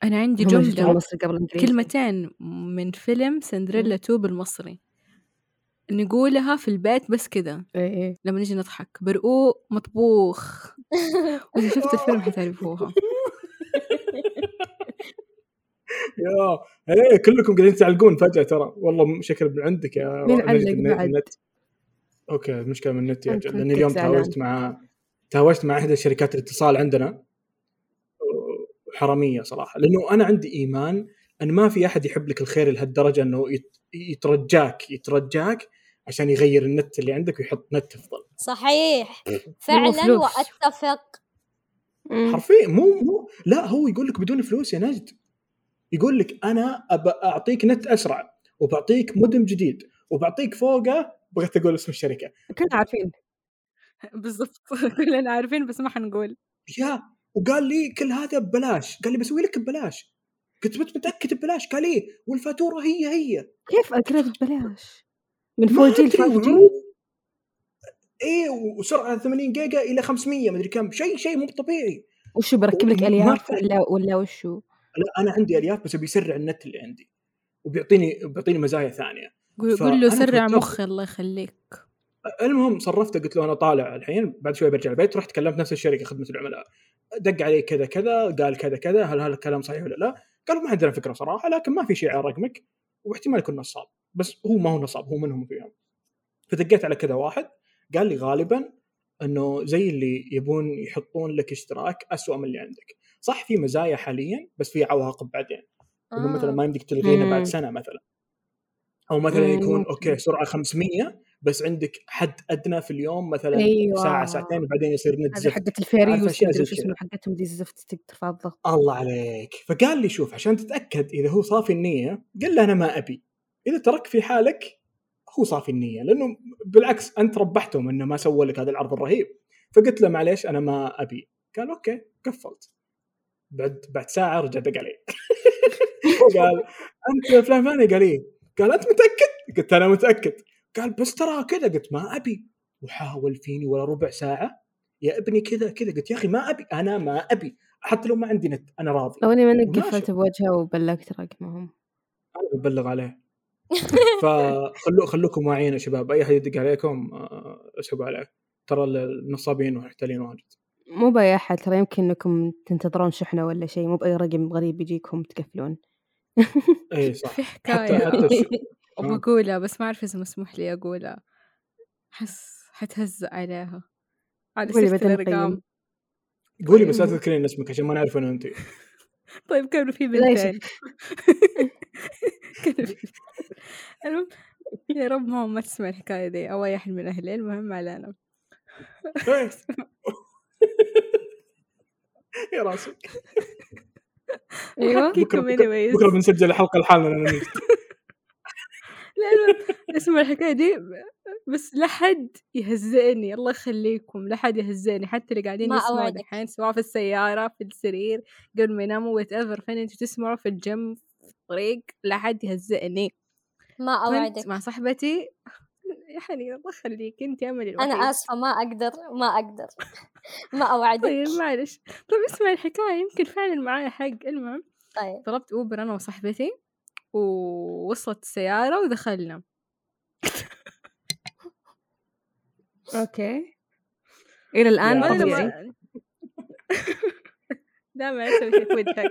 Speaker 4: انا عندي
Speaker 2: هم اللي شفتهم
Speaker 4: جمله
Speaker 2: مصري قبل الانجليزي
Speaker 4: كلمتين من فيلم سندريلا 2 بالمصري نقولها في البيت بس كذا
Speaker 2: إيه، إيه.
Speaker 4: لما نجي نضحك برقوق مطبوخ وإذا شفت الفيلم حتعرفوها
Speaker 1: يا ايه كلكم قاعدين تعلقون فجاه ترى والله شكل من عندك يا
Speaker 2: مين
Speaker 1: نجد
Speaker 2: علق
Speaker 1: من- من
Speaker 2: بعد؟
Speaker 1: النت. اوكي المشكله من النت يا
Speaker 2: أنت
Speaker 1: اجل لاني اليوم
Speaker 2: كنت زعلان.
Speaker 1: تهاوشت مع تهاوشت مع احدى شركات الاتصال عندنا حراميه صراحه لانه انا عندي ايمان ان ما في احد يحب لك الخير لهالدرجه انه يت- يترجاك يترجاك عشان يغير النت اللي عندك ويحط نت افضل
Speaker 3: صحيح فعلا
Speaker 4: فلوس.
Speaker 3: واتفق
Speaker 2: مم.
Speaker 3: آه.
Speaker 1: حرفيا مو مو لا هو يقول لك بدون فلوس يا نجد يقول لك انا أب- اعطيك نت اسرع وبعطيك مودم جديد وبعطيك فوقه بغيت اقول اسم الشركه
Speaker 2: كلنا عارفين
Speaker 4: بالضبط كلنا عارفين بس ما حنقول
Speaker 1: يا وقال لي كل هذا ببلاش قال لي بسوي لك ببلاش قلت بت- متاكد ببلاش قال لي والفاتوره هي هي
Speaker 2: كيف اكلت ببلاش من
Speaker 1: ما
Speaker 2: 4 جي ل
Speaker 1: أدري
Speaker 2: 5 جي
Speaker 1: وهو- ايه وسرعه 80 جيجا الى 500 مدري كم شيء شيء مو طبيعي
Speaker 2: وشو بركب لك
Speaker 1: ما
Speaker 2: الياف
Speaker 1: في-
Speaker 2: ولا ولا وشو
Speaker 1: لا انا عندي الياف بس بيسرع النت اللي عندي وبيعطيني بيعطيني مزايا ثانيه
Speaker 4: قول
Speaker 1: فأنا
Speaker 4: قول له سرع
Speaker 1: فكرت-
Speaker 4: مخي الله يخليك
Speaker 1: المهم صرفته قلت له انا طالع الحين بعد شوي برجع البيت رحت كلمت نفس الشركه خدمه العملاء دق علي كذا كذا قال كذا كذا هل هذا الكلام صحيح ولا لا؟ قالوا ما عندنا فكره صراحه لكن ما في شيء على رقمك واحتمال يكون نصاب بس هو ما هو نصاب هو منهم فيهم فدقيت على كذا واحد قال لي غالبا انه زي اللي يبون يحطون لك اشتراك أسوأ من اللي عندك صح في مزايا حاليا بس في عواقب بعدين انه مثلا ما يمديك تلغينا
Speaker 2: آه. مم.
Speaker 1: بعد سنه مثلا او مثلا
Speaker 2: مم،
Speaker 1: يكون
Speaker 2: ممكن.
Speaker 1: اوكي سرعه 500 بس عندك حد ادنى في اليوم مثلا
Speaker 2: أيوة.
Speaker 1: ساعه ساعتين وبعدين يصير نت
Speaker 2: هذه
Speaker 1: زفت
Speaker 2: حقت
Speaker 1: عارفة
Speaker 2: الفيريوس
Speaker 1: أشياء
Speaker 2: مدري
Speaker 1: زي
Speaker 2: شو
Speaker 1: كذا.
Speaker 2: اسمه حقتهم دي الزفت تق- ترفع الضغط
Speaker 1: الله عليك فقال لي شوف عشان تتاكد اذا هو صافي النيه قل له انا ما ابي اذا ترك في حالك هو صافي النيه لانه بالعكس انت ربحتهم انه ما سوى لك هذا العرض الرهيب فقلت له معليش انا ما ابي قال اوكي قفلت بعد بعد ساعه رجع دق علي وقال انت فلان فلان قال ايه قال انت متاكد؟ قلت انا متاكد قال بس ترى كذا قلت ما ابي وحاول فيني ولا ربع ساعه يا ابني كذا كذا قلت يا اخي ما ابي انا ما ابي حتى لو ما عندي نت انا راضي
Speaker 2: لو اني ما
Speaker 1: وماشي.
Speaker 2: قفلت بوجهه وبلغت رقمهم
Speaker 1: انا ببلغ عليه فخلو خلوكم واعيين يا شباب اي احد يدق عليكم آه، اسحبوا عليه ترى النصابين والمحتالين واجد
Speaker 2: مو باي احد ترى يمكن انكم تنتظرون شحنه ولا شيء مو باي رقم غريب يجيكم تقفلون
Speaker 1: اي صح
Speaker 4: في
Speaker 1: حتى
Speaker 4: حكاية
Speaker 1: حتى الش- آه.
Speaker 4: وبقولها بس ما أعرف إذا مسموح لي أقولها حس حتهزأ عليها على
Speaker 2: قولي
Speaker 4: سيرة
Speaker 2: بعدين
Speaker 4: الأرقام
Speaker 2: نقيم.
Speaker 1: قولي بس لا تذكرين اسمك عشان ما نعرف انه انت
Speaker 4: طيب كانوا في
Speaker 2: لا يا
Speaker 4: بنتين كانوا في- المهم يا رب ماما ما تسمع الحكاية دي أو أي أحد من أهلي المهم ما علينا
Speaker 1: إيه. يا راسك
Speaker 4: أيوة.
Speaker 2: ايوه
Speaker 1: بكره
Speaker 4: أحكيكم
Speaker 1: بكره,
Speaker 4: anyways.
Speaker 1: بكرة بنسجل الحلقه لحالنا لأن أنا-
Speaker 4: لا المهم اسمع الحكاية دي بس لا حد يهزئني الله يخليكم لا حد يهزئني حتى اللي قاعدين
Speaker 3: ما
Speaker 4: يسمعوا
Speaker 3: أوعدك.
Speaker 4: دحين سواء في السيارة في السرير قبل ما يناموا وات ايفر فين انتوا تسمعوا في الجيم في الطريق لا حد يهزئني
Speaker 3: ما
Speaker 4: كنت
Speaker 3: اوعدك
Speaker 4: مع صاحبتي يا حنين الله يخليك انت املي الوحيد
Speaker 3: انا اسفه ما اقدر ما اقدر ما اوعدك
Speaker 4: طيب معلش طيب اسمع الحكاية يمكن فعلا معايا حق المهم
Speaker 3: طيب
Speaker 4: طلبت اوبر انا وصاحبتي ووصلت السيارة ودخلنا
Speaker 2: اوكي الى الان
Speaker 3: يعني
Speaker 1: يا
Speaker 4: وانا
Speaker 2: طبيعي
Speaker 4: لما دائما اسوي شيء في وجهك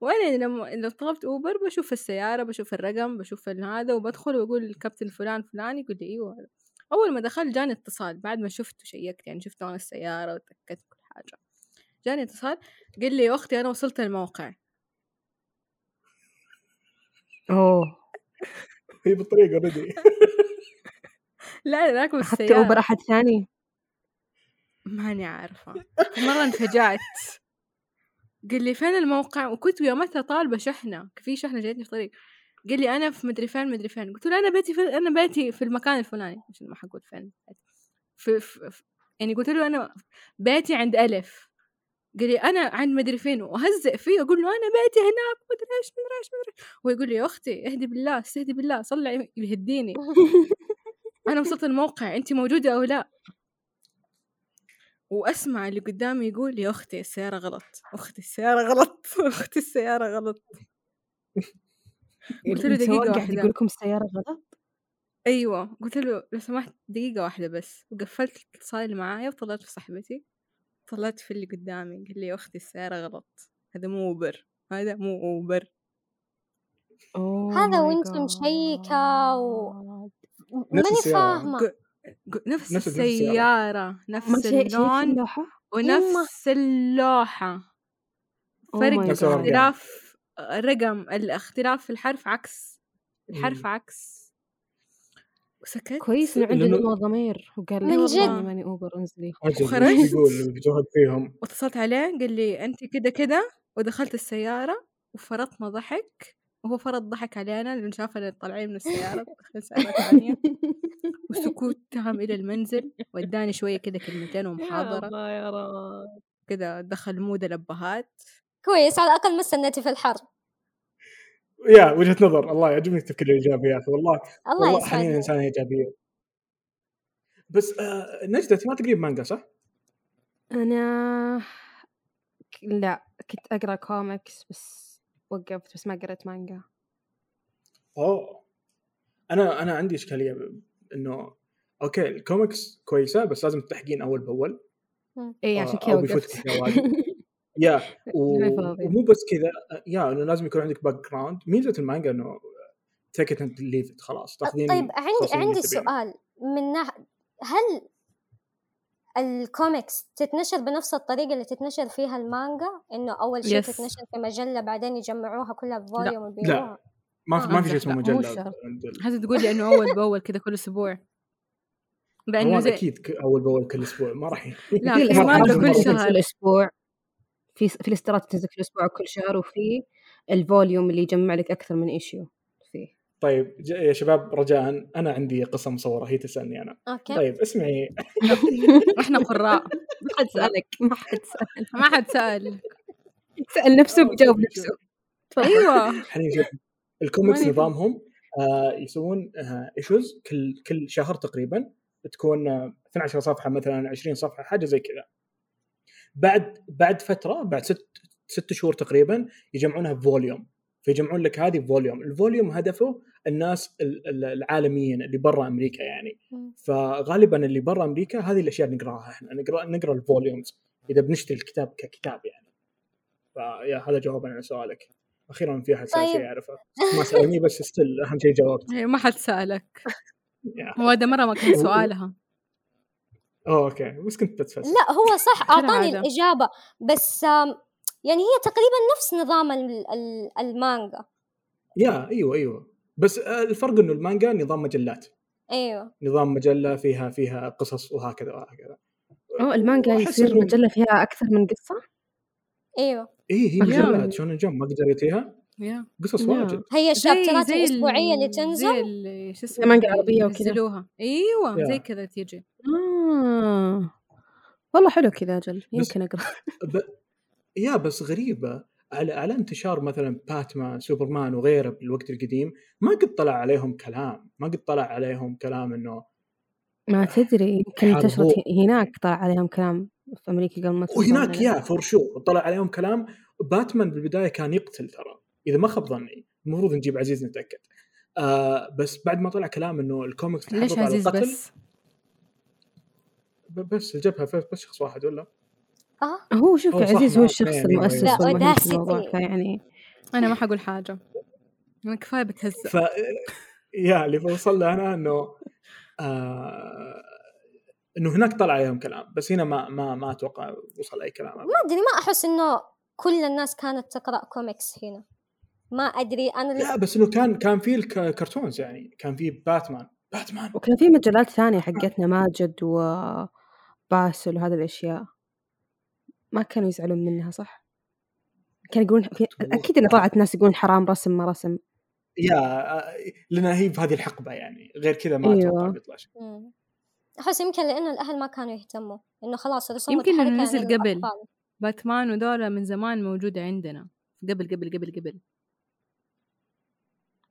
Speaker 4: وانا لما اذا طلبت اوبر بشوف السياره بشوف الرقم بشوف ال- هذا وبدخل واقول الكابتن فلان فلان يقول لي ايوه هذا اول ما دخل جاني اتصال بعد ما شفت وشيكت يعني شفت انا السياره وتاكدت كل حاجه جاني اتصال قال لي يا اختي انا وصلت الموقع
Speaker 2: اوه
Speaker 1: هي بالطريق اوريدي
Speaker 4: لا انا راكب
Speaker 2: اخذت
Speaker 4: السياره
Speaker 2: اوبر احد ثاني
Speaker 4: ماني عارفة مرة انفجعت قال لي فين الموقع وكنت ويا متى طالبة شحنة في شحنة جايتني في الطريق قال لي أنا في مدري فين مدري فين قلت له أنا بيتي في أنا بيتي في المكان الفلاني عشان ما حقول فين في, في, في يعني قلت له أنا بيتي عند ألف قال لي أنا عند مدري فين وأهزئ فيه أقول له أنا بيتي هناك مدري إيش مدري إيش مدري إيش. ويقول لي يا أختي اهدي بالله استهدي بالله صلى يهديني انا وصلت الموقع انت موجوده او لا واسمع اللي قدامي يقول يا اختي السياره غلط اختي السياره غلط اختي السياره غلط قلت
Speaker 2: السواق
Speaker 4: له دقيقة
Speaker 2: قاعد
Speaker 4: واحدة.
Speaker 2: يقول لكم السياره غلط
Speaker 4: ايوه قلت له لو سمحت دقيقه واحده بس وقفلت الاتصال اللي معايا وطلعت في صاحبتي طلعت في اللي قدامي قال لي يا اختي السياره غلط هذا مو اوبر هذا مو اوبر
Speaker 2: Oh
Speaker 3: هذا
Speaker 2: my
Speaker 3: وانت مشيكة و-
Speaker 2: God.
Speaker 1: نفس
Speaker 3: ماني
Speaker 1: السيارة.
Speaker 3: فاهمه
Speaker 4: ق- ق- نفس,
Speaker 1: نفس السيارة.
Speaker 4: السياره
Speaker 2: ما
Speaker 4: نفس
Speaker 2: شي- شايف
Speaker 4: اللون
Speaker 2: اللوحة؟
Speaker 4: ونفس اللوحه
Speaker 2: Oh
Speaker 4: فرق
Speaker 2: my
Speaker 1: نفس
Speaker 2: God.
Speaker 1: الأرقام.
Speaker 4: اختلاف رقم الاختلاف في الحرف عكس الحرف
Speaker 1: مم.
Speaker 4: عكس وسكت
Speaker 2: كويس انه عنده
Speaker 1: لأنه-
Speaker 2: نوع ضمير وقال لي
Speaker 3: من
Speaker 2: والله
Speaker 4: جد.
Speaker 2: أنا ماني اوبر انزلي
Speaker 4: وخرجت.
Speaker 1: وخرجت يقول بجوهر فيهم
Speaker 4: واتصلت عليه قال لي انت كده كده ودخلت السياره وفرطنا ضحك وهو فرط ضحك علينا لانه شافنا طالعين من السياره دخلنا سياره ثانيه وسكوت تام الى المنزل وداني شويه كده كلمتين ومحاضره
Speaker 2: الله يا رب
Speaker 4: كده دخل مود الابهات
Speaker 3: كويس على الاقل ما استنيتي في الحر
Speaker 1: يا وجهه نظر الله يعجبني التفكير الايجابي يا اخي والله
Speaker 3: الله
Speaker 1: والله حنين
Speaker 3: يسعدك
Speaker 1: انسانه ايجابيه بس آه نجدة أنت ما تقريب مانجا صح؟
Speaker 2: انا ك- لا كنت اقرا كوميكس بس وقفت بس ما قريت مانجا
Speaker 1: اوه انا انا عندي اشكاليه ب- انه اوكي الكوميكس كويسه بس لازم تحقين اول باول
Speaker 2: اي
Speaker 1: آه،
Speaker 2: إيه، عشان كذا
Speaker 1: أو بيفوتك
Speaker 2: وقفت
Speaker 1: جوال. يا و...
Speaker 2: ما يفرض.
Speaker 1: ومو بس كذا آه، يا انه لازم يكون عندك باك جراوند ميزه المانجا انه تيك ات اند ليف خلاص تاخذين
Speaker 3: طيب عندي
Speaker 1: تفاصيل
Speaker 3: عندي
Speaker 1: تبينها.
Speaker 3: سؤال من ناح... هل الكوميكس تتنشر بنفس الطريقة اللي تتنشر فيها المانجا؟ إنه أول شيء
Speaker 4: Yes.
Speaker 3: تتنشر في مجلة بعدين يجمعوها كلها في فوليوم ويبيعوها؟
Speaker 1: ما في ما في شيء اسمه طيب،
Speaker 4: لا،
Speaker 2: مو
Speaker 1: مجله
Speaker 2: شرط.
Speaker 1: عند ال-
Speaker 4: هذا تقول لي انه اول باول كده كل اسبوع بانه
Speaker 1: هو
Speaker 4: زي
Speaker 1: اكيد ك- اول باول كل اسبوع ما راح ي-
Speaker 4: لا،
Speaker 1: ما
Speaker 4: في
Speaker 1: راح
Speaker 4: مانجا
Speaker 1: ينزل
Speaker 4: كل
Speaker 1: مرة.
Speaker 4: شهر.
Speaker 2: في الاسبوع في في الاسترات تنزل كل اسبوع وكل شهر وفي الفوليوم اللي يجمع لك اكثر من ايشيو فيه
Speaker 1: طيب ج- يا شباب رجاء انا عندي قصه مصوره هي تسالني انا
Speaker 3: أوكي
Speaker 1: طيب اسمعي
Speaker 4: احنا قراء
Speaker 2: ما حد سالك ما حد سال
Speaker 4: ما حد سال
Speaker 2: سال نفسه وجاوب نفسه
Speaker 4: ايوه
Speaker 1: حنين شوف الكوميكس
Speaker 4: ماني-
Speaker 1: نظامهم آه، يسوون ايشوز كل كل شهر تقريبا تكون آه، 12 صفحه مثلا 20 صفحه حاجه زي كذا بعد بعد فتره بعد ست ست شهور تقريبا يجمعونها بفوليوم فيجمعون لك هذه فوليوم الفوليوم هدفه الناس ال- ال- العالميين اللي برا امريكا يعني
Speaker 3: مم.
Speaker 1: فغالبا اللي برا امريكا هذه الاشياء نقراها احنا نقرا نقرا الفوليومز اذا بنشتري الكتاب ككتاب يعني فيا هذا جوابا على سؤالك اخيرا في احد سال
Speaker 3: طيب.
Speaker 1: شيء يعرفه ما سالني بس ستيل اهم شيء جاوبت
Speaker 4: إيه، ما حد سألك
Speaker 1: يا.
Speaker 4: وهذا مرة ما كان سؤالها
Speaker 1: أوه، اوكي بس كنت بتفلسف
Speaker 3: لا هو صح اعطاني
Speaker 4: عادة.
Speaker 3: الاجابه بس آم، يعني هي تقريبا نفس نظام ال- ال- المانجا
Speaker 1: يا ايوه ايوه بس آه، الفرق انه المانجا نظام مجلات
Speaker 3: ايوه
Speaker 1: نظام مجله فيها فيها قصص وهكذا وهكذا
Speaker 2: أو المانجا
Speaker 1: وأحس
Speaker 2: يصير
Speaker 1: إنه-
Speaker 2: مجلة فيها أكثر من قصة
Speaker 3: ايوه
Speaker 1: اي إيه، هي
Speaker 2: يا.
Speaker 1: مجلات شون جمب ما قريتيها
Speaker 4: يا
Speaker 1: قصص
Speaker 2: يا.
Speaker 1: واجد
Speaker 3: هي
Speaker 4: زي-
Speaker 3: الشابترات
Speaker 4: زي ال-
Speaker 3: الاسبوعيه اللي تنزل
Speaker 4: زي ال- شو اسمه
Speaker 2: مانجا عربية وكذا.
Speaker 4: ينزلوها ايوه
Speaker 1: يا.
Speaker 4: زي كذا تيجي
Speaker 2: آه. والله حلو كذا أجل يمكن أقرأ
Speaker 1: ب... يا بس غريبه على على انتشار مثلا باتمان سوبرمان وغيره بالوقت القديم ما قد طلع عليهم كلام ما قد طلع عليهم كلام انه
Speaker 2: ما تدري يمكن
Speaker 1: حرب
Speaker 2: انتشرت
Speaker 1: هو.
Speaker 2: هناك طلع عليهم كلام في أمريكا قبل ما توصل
Speaker 1: وهناك
Speaker 2: لنا.
Speaker 1: يا فور شو طلع عليهم كلام باتمان بالبدايه كان يقتل ترى اذا ما خاب ظني المفروض نجيب عزيز نتاكد آه بس بعد ما طلع كلام انه الكوميكس
Speaker 4: ليش
Speaker 1: تحرض على
Speaker 4: عزيز
Speaker 1: القتل
Speaker 4: بس؟
Speaker 1: ب- بس الجبهه فيها بس شخص واحد ولا
Speaker 4: آه.
Speaker 3: اه
Speaker 2: هو شوف
Speaker 1: هو صح
Speaker 2: عزيز هو
Speaker 1: معك،
Speaker 2: الشخص
Speaker 1: يعني
Speaker 2: المؤسس
Speaker 1: لا،
Speaker 2: والمهم في
Speaker 3: audacity.
Speaker 2: الموضوع فيعني
Speaker 4: انا ما حقول حاجة انا كفاية بتهزأ
Speaker 1: ف يا اللي بوصل له انا انه آه انه هناك طلع عليهم كلام بس هنا ما ما ما اتوقع وصل اي كلام
Speaker 3: ما ادري ما احس انه كل الناس كانت تقرا كوميكس هنا ما ادري انا
Speaker 1: لا بس انه كان كان في الكرتونز يعني كان في باتمان باتمان
Speaker 2: وكان في مجلات ثانية حقتنا ماجد وباسل وهذه الأشياء ما كانوا يزعلون منها صح؟ كانوا يقولون أكيد إن طلعت ناس يقولون حرام رسم ما رسم
Speaker 1: يا آه، لنا هي بهذه الحقبه يعني غير كذا
Speaker 4: أيوه.
Speaker 1: ما
Speaker 2: أيوة.
Speaker 1: اتوقع بيطلع شيء
Speaker 3: مم. احس يمكن لانه الاهل ما كانوا يهتموا انه خلاص الرسومات
Speaker 4: يمكن إنه
Speaker 3: الحركة
Speaker 4: نزل
Speaker 3: عند
Speaker 4: قبل.
Speaker 3: يعني الأطفال.
Speaker 4: باتمان ودولا من زمان موجودة عندنا قبل قبل قبل قبل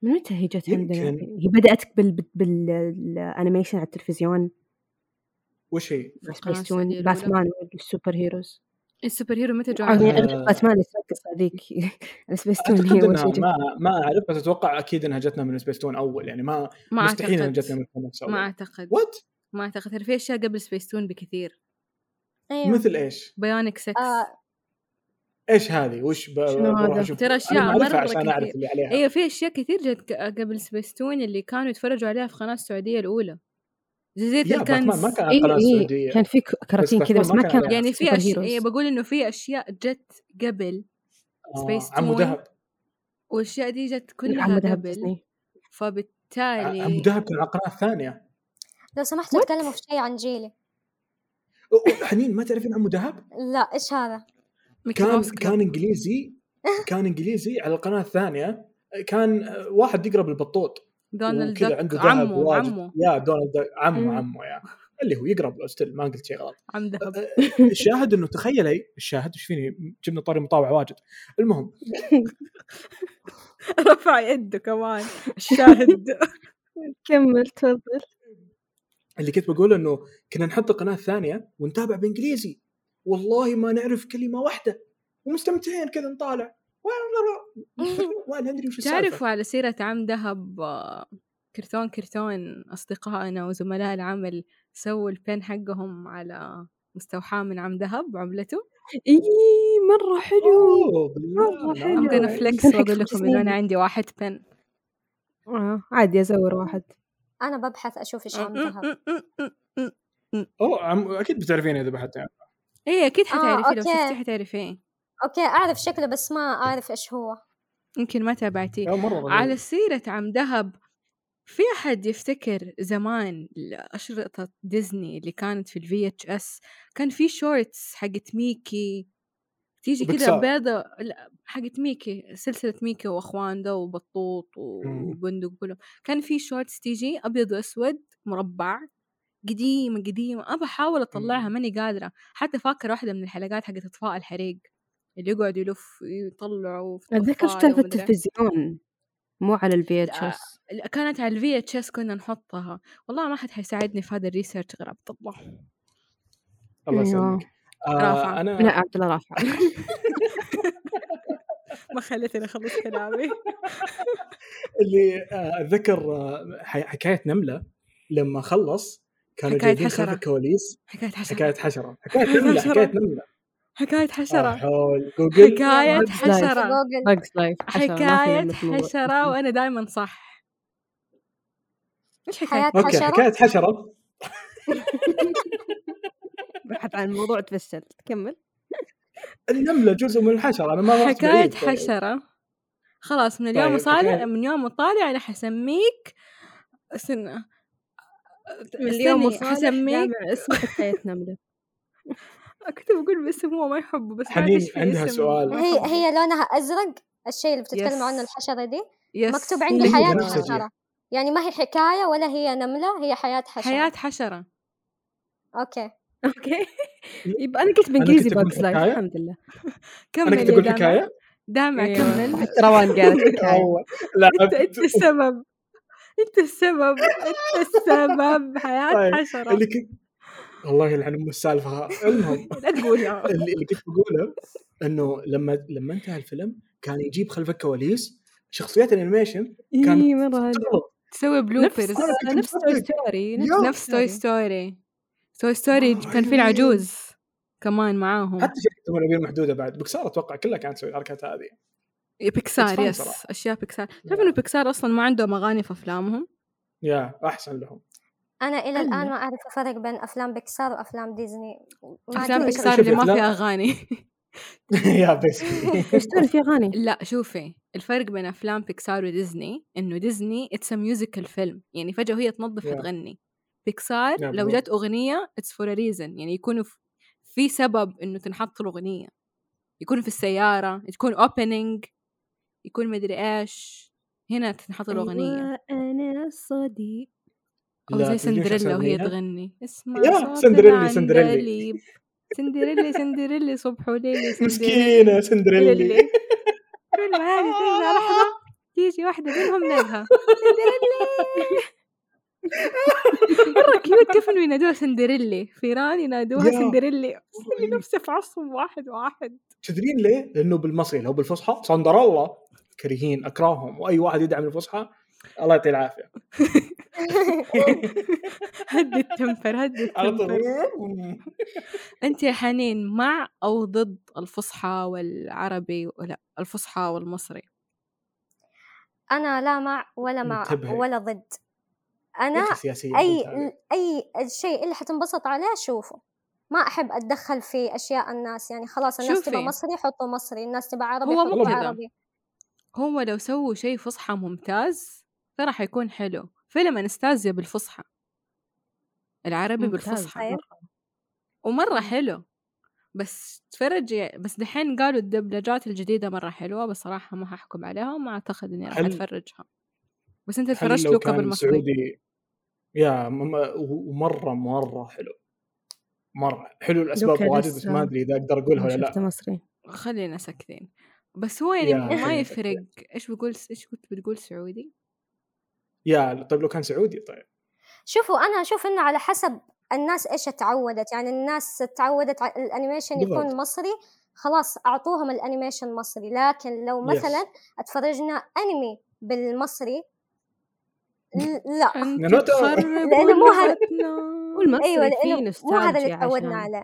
Speaker 2: من متى هي جت عندنا؟ يعني
Speaker 1: يمكن.
Speaker 2: هي بدأت بال بال- بالأنيميشن على التلفزيون
Speaker 1: وش هي؟
Speaker 2: سبيس
Speaker 4: السعودية
Speaker 2: تون
Speaker 4: الأولى.
Speaker 2: باتمان والسوبر هيروز
Speaker 4: السوبر هيرو متى جو
Speaker 2: آه، يعني
Speaker 4: عندنا؟
Speaker 2: غير باتمان اللي تركز هذيك سبيس تون
Speaker 1: اعتقد
Speaker 2: هي أول شي
Speaker 1: انها
Speaker 2: جت.
Speaker 1: ما ما اعرف بس اتوقع اكيد انها جتنا من سبيس تون اول يعني ما
Speaker 4: ما
Speaker 1: مستحيل انها جتنا
Speaker 4: اعتقد
Speaker 1: من كوميكس
Speaker 4: ما
Speaker 1: اول
Speaker 4: اعتقد
Speaker 1: وات؟
Speaker 4: ما اعتقد ترى في اشياء قبل سبيس تون بكثير إيه.
Speaker 3: ايوه
Speaker 1: مثل ايش؟
Speaker 4: بايونيك 6
Speaker 3: آه
Speaker 1: ايش هذه؟ وش ب...
Speaker 2: شنو
Speaker 1: بروح
Speaker 2: هذا؟
Speaker 1: أشوف.
Speaker 4: ترى
Speaker 1: أنا
Speaker 4: أشياء
Speaker 1: ما أعرفها
Speaker 4: مرة
Speaker 1: عشان اعرف
Speaker 4: كثير.
Speaker 1: اللي عليها
Speaker 4: ايوه في اشياء كثير جت ق- قبل سبيستون اللي كانوا يتفرجوا عليها في قناه السعوديه الاولى جزيره
Speaker 1: يا باتمان
Speaker 4: الكنز
Speaker 1: ما كان على
Speaker 2: إيه،
Speaker 1: القناه
Speaker 2: إيه،
Speaker 1: السعوديه
Speaker 2: كان في ك- كراتين
Speaker 1: بس
Speaker 2: كذا بس
Speaker 1: باتمان
Speaker 2: ما
Speaker 1: ما
Speaker 2: كان
Speaker 1: كان
Speaker 4: يعني في
Speaker 2: سوبر
Speaker 4: اشياء
Speaker 2: هيروز.
Speaker 4: إيه، بقول انه في اشياء جت قبل سبيس
Speaker 1: آه، عمو
Speaker 4: تون
Speaker 1: دهب
Speaker 4: والاشياء دي جت
Speaker 1: إيه،
Speaker 4: كلها
Speaker 2: عم ذهب
Speaker 4: قبل
Speaker 2: ديزني
Speaker 4: فبالتالي
Speaker 1: عمو دهب كان على القناه الثانيه
Speaker 3: لو سمحتوا
Speaker 2: What؟
Speaker 3: تكلموا في شيء عن جيلي
Speaker 1: أو- أو، حنين ما تعرفين عمو دهب؟
Speaker 3: لا ايش هذا
Speaker 4: ميكي
Speaker 1: كان
Speaker 4: ماوس كلاب.
Speaker 1: كان انجليزي كان انجليزي على القناه الثانيه كان آه، واحد يقرا بالبطوط
Speaker 4: دونالد
Speaker 1: وكذا
Speaker 4: داك
Speaker 1: عنده ذهب
Speaker 4: عمه
Speaker 1: واجد
Speaker 4: عمه
Speaker 1: يا دونالد داك،
Speaker 4: مم.
Speaker 1: عمه عمه يا اللي هو يقرا ستيل ما قلت شيء غلط
Speaker 4: عم ذهب
Speaker 1: الشاهد انه تخيلي الشاهد ايش فيني جبنا طاري مطاوع واجد المهم
Speaker 4: رفع يده كمان الشاهد
Speaker 2: كمل تفضل
Speaker 1: اللي كنت بقول انه كنا نحط القناه الثانيه ونتابع بانجليزي والله ما نعرف كلمه واحده ومستمتعين كذا نطالع ما ندري وش السالفه
Speaker 4: تعرفوا على سيرة عم ذهب آه، كرتون كرتون أصدقائنا وزملاء العمل سووا البين حقهم على مستوحاة من عم ذهب عملته
Speaker 2: اي مره إيه، حلو
Speaker 1: أوه، بالله،
Speaker 2: مرة
Speaker 1: لا.
Speaker 2: حلو.
Speaker 4: I'm gonna flex
Speaker 2: بين
Speaker 4: وأقول
Speaker 2: حق
Speaker 4: لكم
Speaker 2: سنين.
Speaker 4: إنه أنا عندي واحد بين
Speaker 2: آه عادي ازور واحد
Speaker 3: انا ببحث اشوف ايش
Speaker 1: آه.
Speaker 3: عم ذهب
Speaker 1: اوه عم... اكيد بتعرفين اذا بحثت عنه.
Speaker 4: إيه أكيد
Speaker 3: آه،
Speaker 4: حتعرفي إيه. لو
Speaker 3: أوكي.
Speaker 4: شفتي حتعرفيه
Speaker 3: اوكي اعرف شكله بس ما اعرف ايش هو
Speaker 4: يمكن ما تابعتيه
Speaker 1: يا مره غريب.
Speaker 4: على سيرة عم ذهب في أحد يفتكر زمان أشرطة ديزني اللي كانت في الفي اتش اس كان في شورتس حقت ميكي تيجي كده
Speaker 1: وبيكسار.
Speaker 4: بيضة لا حقت ميكي سلسلة ميكي وأخوان ده وبطوط
Speaker 1: مم.
Speaker 4: وبندق كلهم كان في شورتس تيجي أبيض وأسود مربع قديمة قديمة أبى أحاول أطلعها ماني قادرة حتى فاكرة واحدة من الحلقات حقت إطفاء الحريق اللي يقعد يلف يطلعوا في
Speaker 2: اتذكر
Speaker 4: الطفاية
Speaker 2: شفتها في
Speaker 4: ومدري إيه.
Speaker 2: التلفزيون مو على الفي اتش اس
Speaker 4: لا، كانت على الفي اتش اس كنا نحطها والله ما حد حيساعدني في هذا الريسيرش غير عبد الله
Speaker 1: الله
Speaker 2: أيوة.
Speaker 1: يسلمك آه
Speaker 2: لا
Speaker 4: رافع.
Speaker 1: انا
Speaker 2: عبد الله رافع
Speaker 4: ما خلتني اخلص كلامي
Speaker 1: اللي آه، اتذكر آه، ح- حكايه نمله لما خلص كانوا
Speaker 4: حكاية
Speaker 1: جايبين خلف
Speaker 4: حشرة.
Speaker 1: الكواليس
Speaker 4: حكايه حشره
Speaker 1: حكايه حشره حكايه نمله
Speaker 4: حشرة.
Speaker 1: حكايه نمله
Speaker 4: حكايه
Speaker 1: آه،
Speaker 4: حشره
Speaker 1: حول جوجل
Speaker 4: حكايه
Speaker 2: Bugs Life.
Speaker 3: في
Speaker 4: حشره
Speaker 3: جوجل
Speaker 2: بجز لايف
Speaker 4: حكايه حشره وانا دائما صح ايش حكايه
Speaker 3: حياة
Speaker 1: اوكي
Speaker 3: حشرة
Speaker 1: حكايه حشره
Speaker 2: بحث عن الموضوع تفشل كمل
Speaker 1: النمله جزء من الحشره انا ما رحت
Speaker 4: حكاية
Speaker 1: بعيد.
Speaker 4: حشرة خلاص من
Speaker 1: طيب،
Speaker 4: اليوم وصالع
Speaker 1: حكاية-
Speaker 4: من يوم وطالع أنا حسميك سن...
Speaker 2: من اليوم
Speaker 4: استني،
Speaker 2: وصالح
Speaker 4: حسميك
Speaker 2: جامع اسمه حكاية نملة
Speaker 4: كنت بقول باسم هو ما يحبه بس ما
Speaker 1: حنين
Speaker 4: أدري إيش في
Speaker 1: عندها
Speaker 4: اسم.
Speaker 1: سؤال.
Speaker 4: ما
Speaker 3: هي
Speaker 4: يحبه.
Speaker 3: هي لونها ازرق الشيء اللي بتتكلم
Speaker 4: يس.
Speaker 3: عنه الحشره دي
Speaker 4: يس. إيه.
Speaker 3: مكتوب عندي
Speaker 1: اللي هي
Speaker 3: حياه
Speaker 1: بنفسجية.
Speaker 3: حشره يعني ما هي حكايه ولا هي نمله هي حياه حشره
Speaker 4: حياة حشرة
Speaker 3: اوكي
Speaker 2: اوكي يبقى انا كنت بانجليزي
Speaker 1: أقول
Speaker 2: بجز لايف
Speaker 1: حكاية.
Speaker 2: الحمد لله
Speaker 4: كمل
Speaker 1: انا كنت
Speaker 4: يا
Speaker 1: اقول
Speaker 4: دامع.
Speaker 1: حكايه
Speaker 4: دامع
Speaker 2: أيوة.
Speaker 4: كمل
Speaker 2: حتى روان قالت حكاية
Speaker 1: أول.
Speaker 4: انت انت
Speaker 1: لعبت
Speaker 4: السبب انت السبب انت السبب حياة
Speaker 1: طيب،
Speaker 4: حشرة
Speaker 1: اللي كنت والله يلعن ام السالفه المهم
Speaker 4: لا تقولها
Speaker 1: اللي اللي كنت بقوله انه لما لما انتهى الفيلم كان يجيب خلف الكواليس شخصيات الانيميشن كانت
Speaker 2: إيه، مرة هذا.
Speaker 1: تغلط
Speaker 4: تسوي بلوبرز
Speaker 1: أنا كنت
Speaker 2: نفس توي
Speaker 1: بفكر.
Speaker 2: ستوري
Speaker 1: يا.
Speaker 4: نفس توي ستوري توي ستوري
Speaker 1: آه،
Speaker 4: كان في
Speaker 1: أيوة.
Speaker 4: العجوز كمان معاهم
Speaker 1: حتى شركه المنابير محدوده بعد بكسار اتوقع كلها كانت تسوي الحركات هذه It's
Speaker 4: بيكسار
Speaker 1: fun
Speaker 4: إيه، يس
Speaker 1: صراحة.
Speaker 4: اشياء بيكسار تعرف انه بيكسار اصلا ما عندهم اغاني في افلامهم
Speaker 1: يا احسن لهم
Speaker 3: انا الى الان
Speaker 4: أنا.
Speaker 3: ما اعرف افرق بين افلام بيكسار وافلام ديزني ما
Speaker 4: افلام
Speaker 3: أدري إيش
Speaker 4: بيكسار
Speaker 1: شوفي
Speaker 4: اللي ما
Speaker 1: أفلام-
Speaker 4: فيها اغاني
Speaker 1: يا بيسكلي
Speaker 2: توي ستوري في اغاني
Speaker 4: لا شوفي الفرق بين افلام بيكسار وديزني انه ديزني اتس ميوزيكال فيلم يعني فجاه وهي تنظف
Speaker 1: Yeah.
Speaker 4: تغني بيكسار
Speaker 1: Yeah,
Speaker 4: لو
Speaker 1: بالضبط.
Speaker 4: جت اغنيه اتس فور ريزن يعني يكونوا ف- في سبب انه تنحط الاغنيه يكون في السياره تكون اوبننج يكون مدري ايش هنا تنحط الاغنيه
Speaker 2: أيوة، انا الصديق
Speaker 4: او زي سندريلا وهي تغني اسمع
Speaker 1: يا
Speaker 4: صوت
Speaker 1: سندريلا،
Speaker 4: العندليب.
Speaker 1: سندريلا.
Speaker 4: سندريلا سندريلا صبح وليل
Speaker 1: مسكينه سندريلا
Speaker 4: كل ما هذه ترجع لحظة تيجي واحدة منهم نبهة سندريلا مرة كيوت كيف انه ينادوها سندريلا فيران ينادوها
Speaker 1: يا.
Speaker 4: سندريلا اللي نفسه في عصهم واحد واحد
Speaker 1: آه. تدرين ليه؟ لانه بالمصري لو بالفصحى صندر الله كريهين اكرههم واي واحد يدعم الفصحى الله يعطيه العافيه
Speaker 4: هدي التمبر هدي
Speaker 1: على طول أمم.
Speaker 4: التمبر انت يا حنين مع او ضد الفصحى والعربي ولا الفصحى والمصري
Speaker 3: انا لا مع ولا مع
Speaker 1: انتبهي.
Speaker 3: ولا ضد
Speaker 1: يا
Speaker 3: انا
Speaker 4: إيه،
Speaker 1: أخي سياسيه
Speaker 3: اي
Speaker 1: بنت هذه.
Speaker 3: اي شيء اللي حتنبسط عليه شوفه ما احب اتدخل في اشياء الناس يعني خلاص الناس تبغى
Speaker 4: شوفي.
Speaker 3: مصري حطوا مصري الناس تبغى عربي
Speaker 4: هو
Speaker 1: مو
Speaker 3: حطوا
Speaker 1: كذا.
Speaker 3: عربي
Speaker 4: هو لو سووا شيء فصحى ممتاز ترى حيكون حلو فيلم انستازيا بالفصحى العربي
Speaker 2: ممتاز.
Speaker 4: بالفصحى
Speaker 3: طيب.
Speaker 4: مرة. ومره
Speaker 1: إمم.
Speaker 4: حلو بس تفرج بس دحين قالوا الدبلجات الجديدة مرة حلوة بس صراحة ما هحكم عليها وما أعتقد إني راح
Speaker 1: هل-
Speaker 4: أتفرجها بس أنت
Speaker 1: هل
Speaker 4: تفرجت
Speaker 1: لو
Speaker 4: لوكا
Speaker 1: كان
Speaker 4: بالمصري
Speaker 1: سعودي يا مم- ومره مره حلو مره حلو الاسباب
Speaker 2: لوكا
Speaker 1: واجد
Speaker 2: لسه
Speaker 1: بس ما ادري اذا اقدر اقولها ولا لا
Speaker 2: شفته مصري
Speaker 4: خلينا ساكتين بس هو يعني
Speaker 1: يا،
Speaker 4: ما
Speaker 1: خلينا
Speaker 4: يفرق إيش بقول إيش كنت بتقول سعودي
Speaker 1: يا طيب لو كان سعودي طيب
Speaker 3: شوفوا انا اشوف انه على حسب الناس ايش تعودت يعني الناس تعودت على الانيميشن
Speaker 1: بالضبط.
Speaker 3: يكون مصري خلاص اعطوهم الانيميشن مصري لكن لو
Speaker 1: Yes.
Speaker 3: مثلا اتفرجنا انمي بالمصري ل- لا
Speaker 4: أنت
Speaker 1: نانوتو.
Speaker 4: تخرب
Speaker 3: لأنه مو هذا-
Speaker 4: لغتنا.
Speaker 2: والمصري
Speaker 3: ايوه
Speaker 2: فيه
Speaker 3: لانه مو هذا
Speaker 2: نوستالجيا
Speaker 3: اللي تعودنا
Speaker 2: عشان
Speaker 3: عليه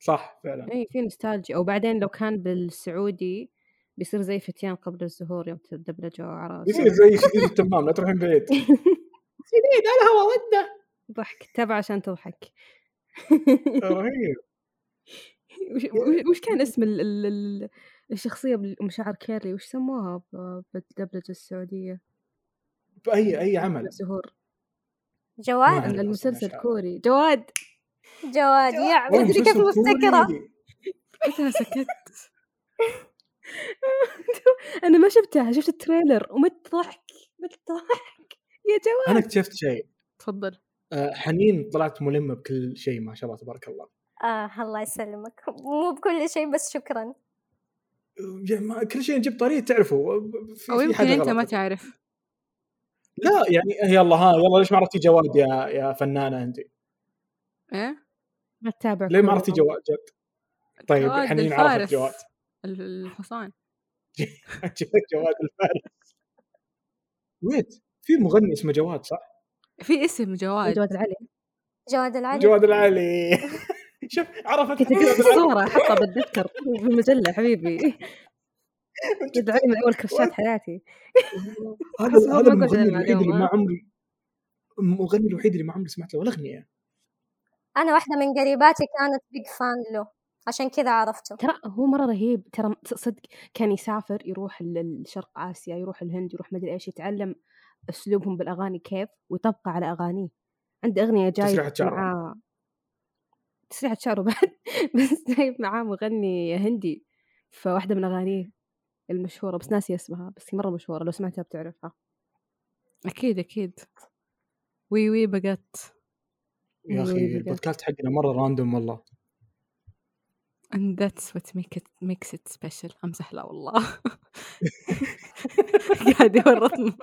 Speaker 1: صح فعلا
Speaker 2: اي في نوستالجيا وبعدين لو كان بالسعودي بيصير زي فتيان قبل الزهور يوم تدبلجوا عراس
Speaker 1: يصير زي شديد التمام لا تروحين بعيد شديد الهوى وده
Speaker 2: ضحك تابع عشان تضحك
Speaker 1: رهيب إيه.
Speaker 2: وش- وش- وش كان اسم ال- ال- ال- الشخصية بال- مشعر كيرلي وش سموها ب- بالدبلجة السعودية
Speaker 1: باي اي عمل
Speaker 2: قبل الزهور
Speaker 1: ما
Speaker 3: جواد
Speaker 1: أدري أصلاً
Speaker 2: المسلسل
Speaker 1: مشعر.
Speaker 2: كوري جواد
Speaker 3: جواد يا ما
Speaker 1: والله
Speaker 3: ادري كيف
Speaker 1: مسلسل
Speaker 3: مفتكره
Speaker 1: كوري.
Speaker 4: حتى أنا سكت
Speaker 2: انا ما شفتها شفت التريلر ومت ضحك مت ضحك يا جواد
Speaker 1: انا اكتشفت شيء
Speaker 4: تفضل
Speaker 1: آه، حنين طلعت ملمه بكل شيء ما شاء الله تبارك الله
Speaker 3: آه الله يسلمك مو بكل شيء بس شكرا
Speaker 1: يعني ما- كل شيء نجيب طريقه تعرفه في-
Speaker 4: او
Speaker 1: في
Speaker 4: يمكن
Speaker 1: حاجة
Speaker 4: انت
Speaker 1: غلط.
Speaker 4: ما تعرف
Speaker 1: لا يعني يلا ها يلا ليش ما عرفتي جواد يا يا فنانه انت؟
Speaker 4: ايه
Speaker 2: ما تتابع
Speaker 1: ليه ما
Speaker 2: كورة.
Speaker 1: عرفتي جواد جد؟ طيب
Speaker 4: جواد
Speaker 1: حنين عرفت
Speaker 4: الفارس.
Speaker 1: جواد
Speaker 4: ال- الحصان
Speaker 1: جواد الفارس ويت في مغني اسمه جواد صح؟
Speaker 4: في اسم جواد
Speaker 2: جواد العلي
Speaker 3: جواد العلي
Speaker 1: جواد العلي شوف عرفت
Speaker 2: كنت شفت الصورة حطها بتذكر في المجلة حبيبي جواد العلي من أول كرشات حياتي
Speaker 1: هذا
Speaker 2: حسب ما
Speaker 1: هذا
Speaker 2: قلت
Speaker 1: المغني
Speaker 2: المعلومة.
Speaker 1: الوحيد اللي ما عمري المغني الوحيد اللي ما عمري سمعت له ولا اغنيه
Speaker 3: انا واحده من قريباتي كانت بيج فان له عشان كذا عرفته
Speaker 2: ترى هو مرة رهيب ترى صدق كان يسافر يروح للشرق آسيا يروح الهند يروح مدري إيش يتعلم أسلوبهم بالأغاني كيف ويطبقه على أغانيه عنده أغنية جايب
Speaker 1: تسريحة شعره.
Speaker 2: معاه تسريحة شعره بعد بس جايب معاه مغني هندي في واحدة من أغانيه المشهورة بس ناسي اسمها بس هي مرة مشهورة لو سمعتها بتعرفها
Speaker 4: اكيد اكيد وي وي بقت
Speaker 1: يا
Speaker 2: أيوة،
Speaker 1: اخي
Speaker 2: بجد.
Speaker 1: البودكاست حقنا مره راندوم والله
Speaker 4: and that's what make it makes it special امزح لا والله قاعد يورطنا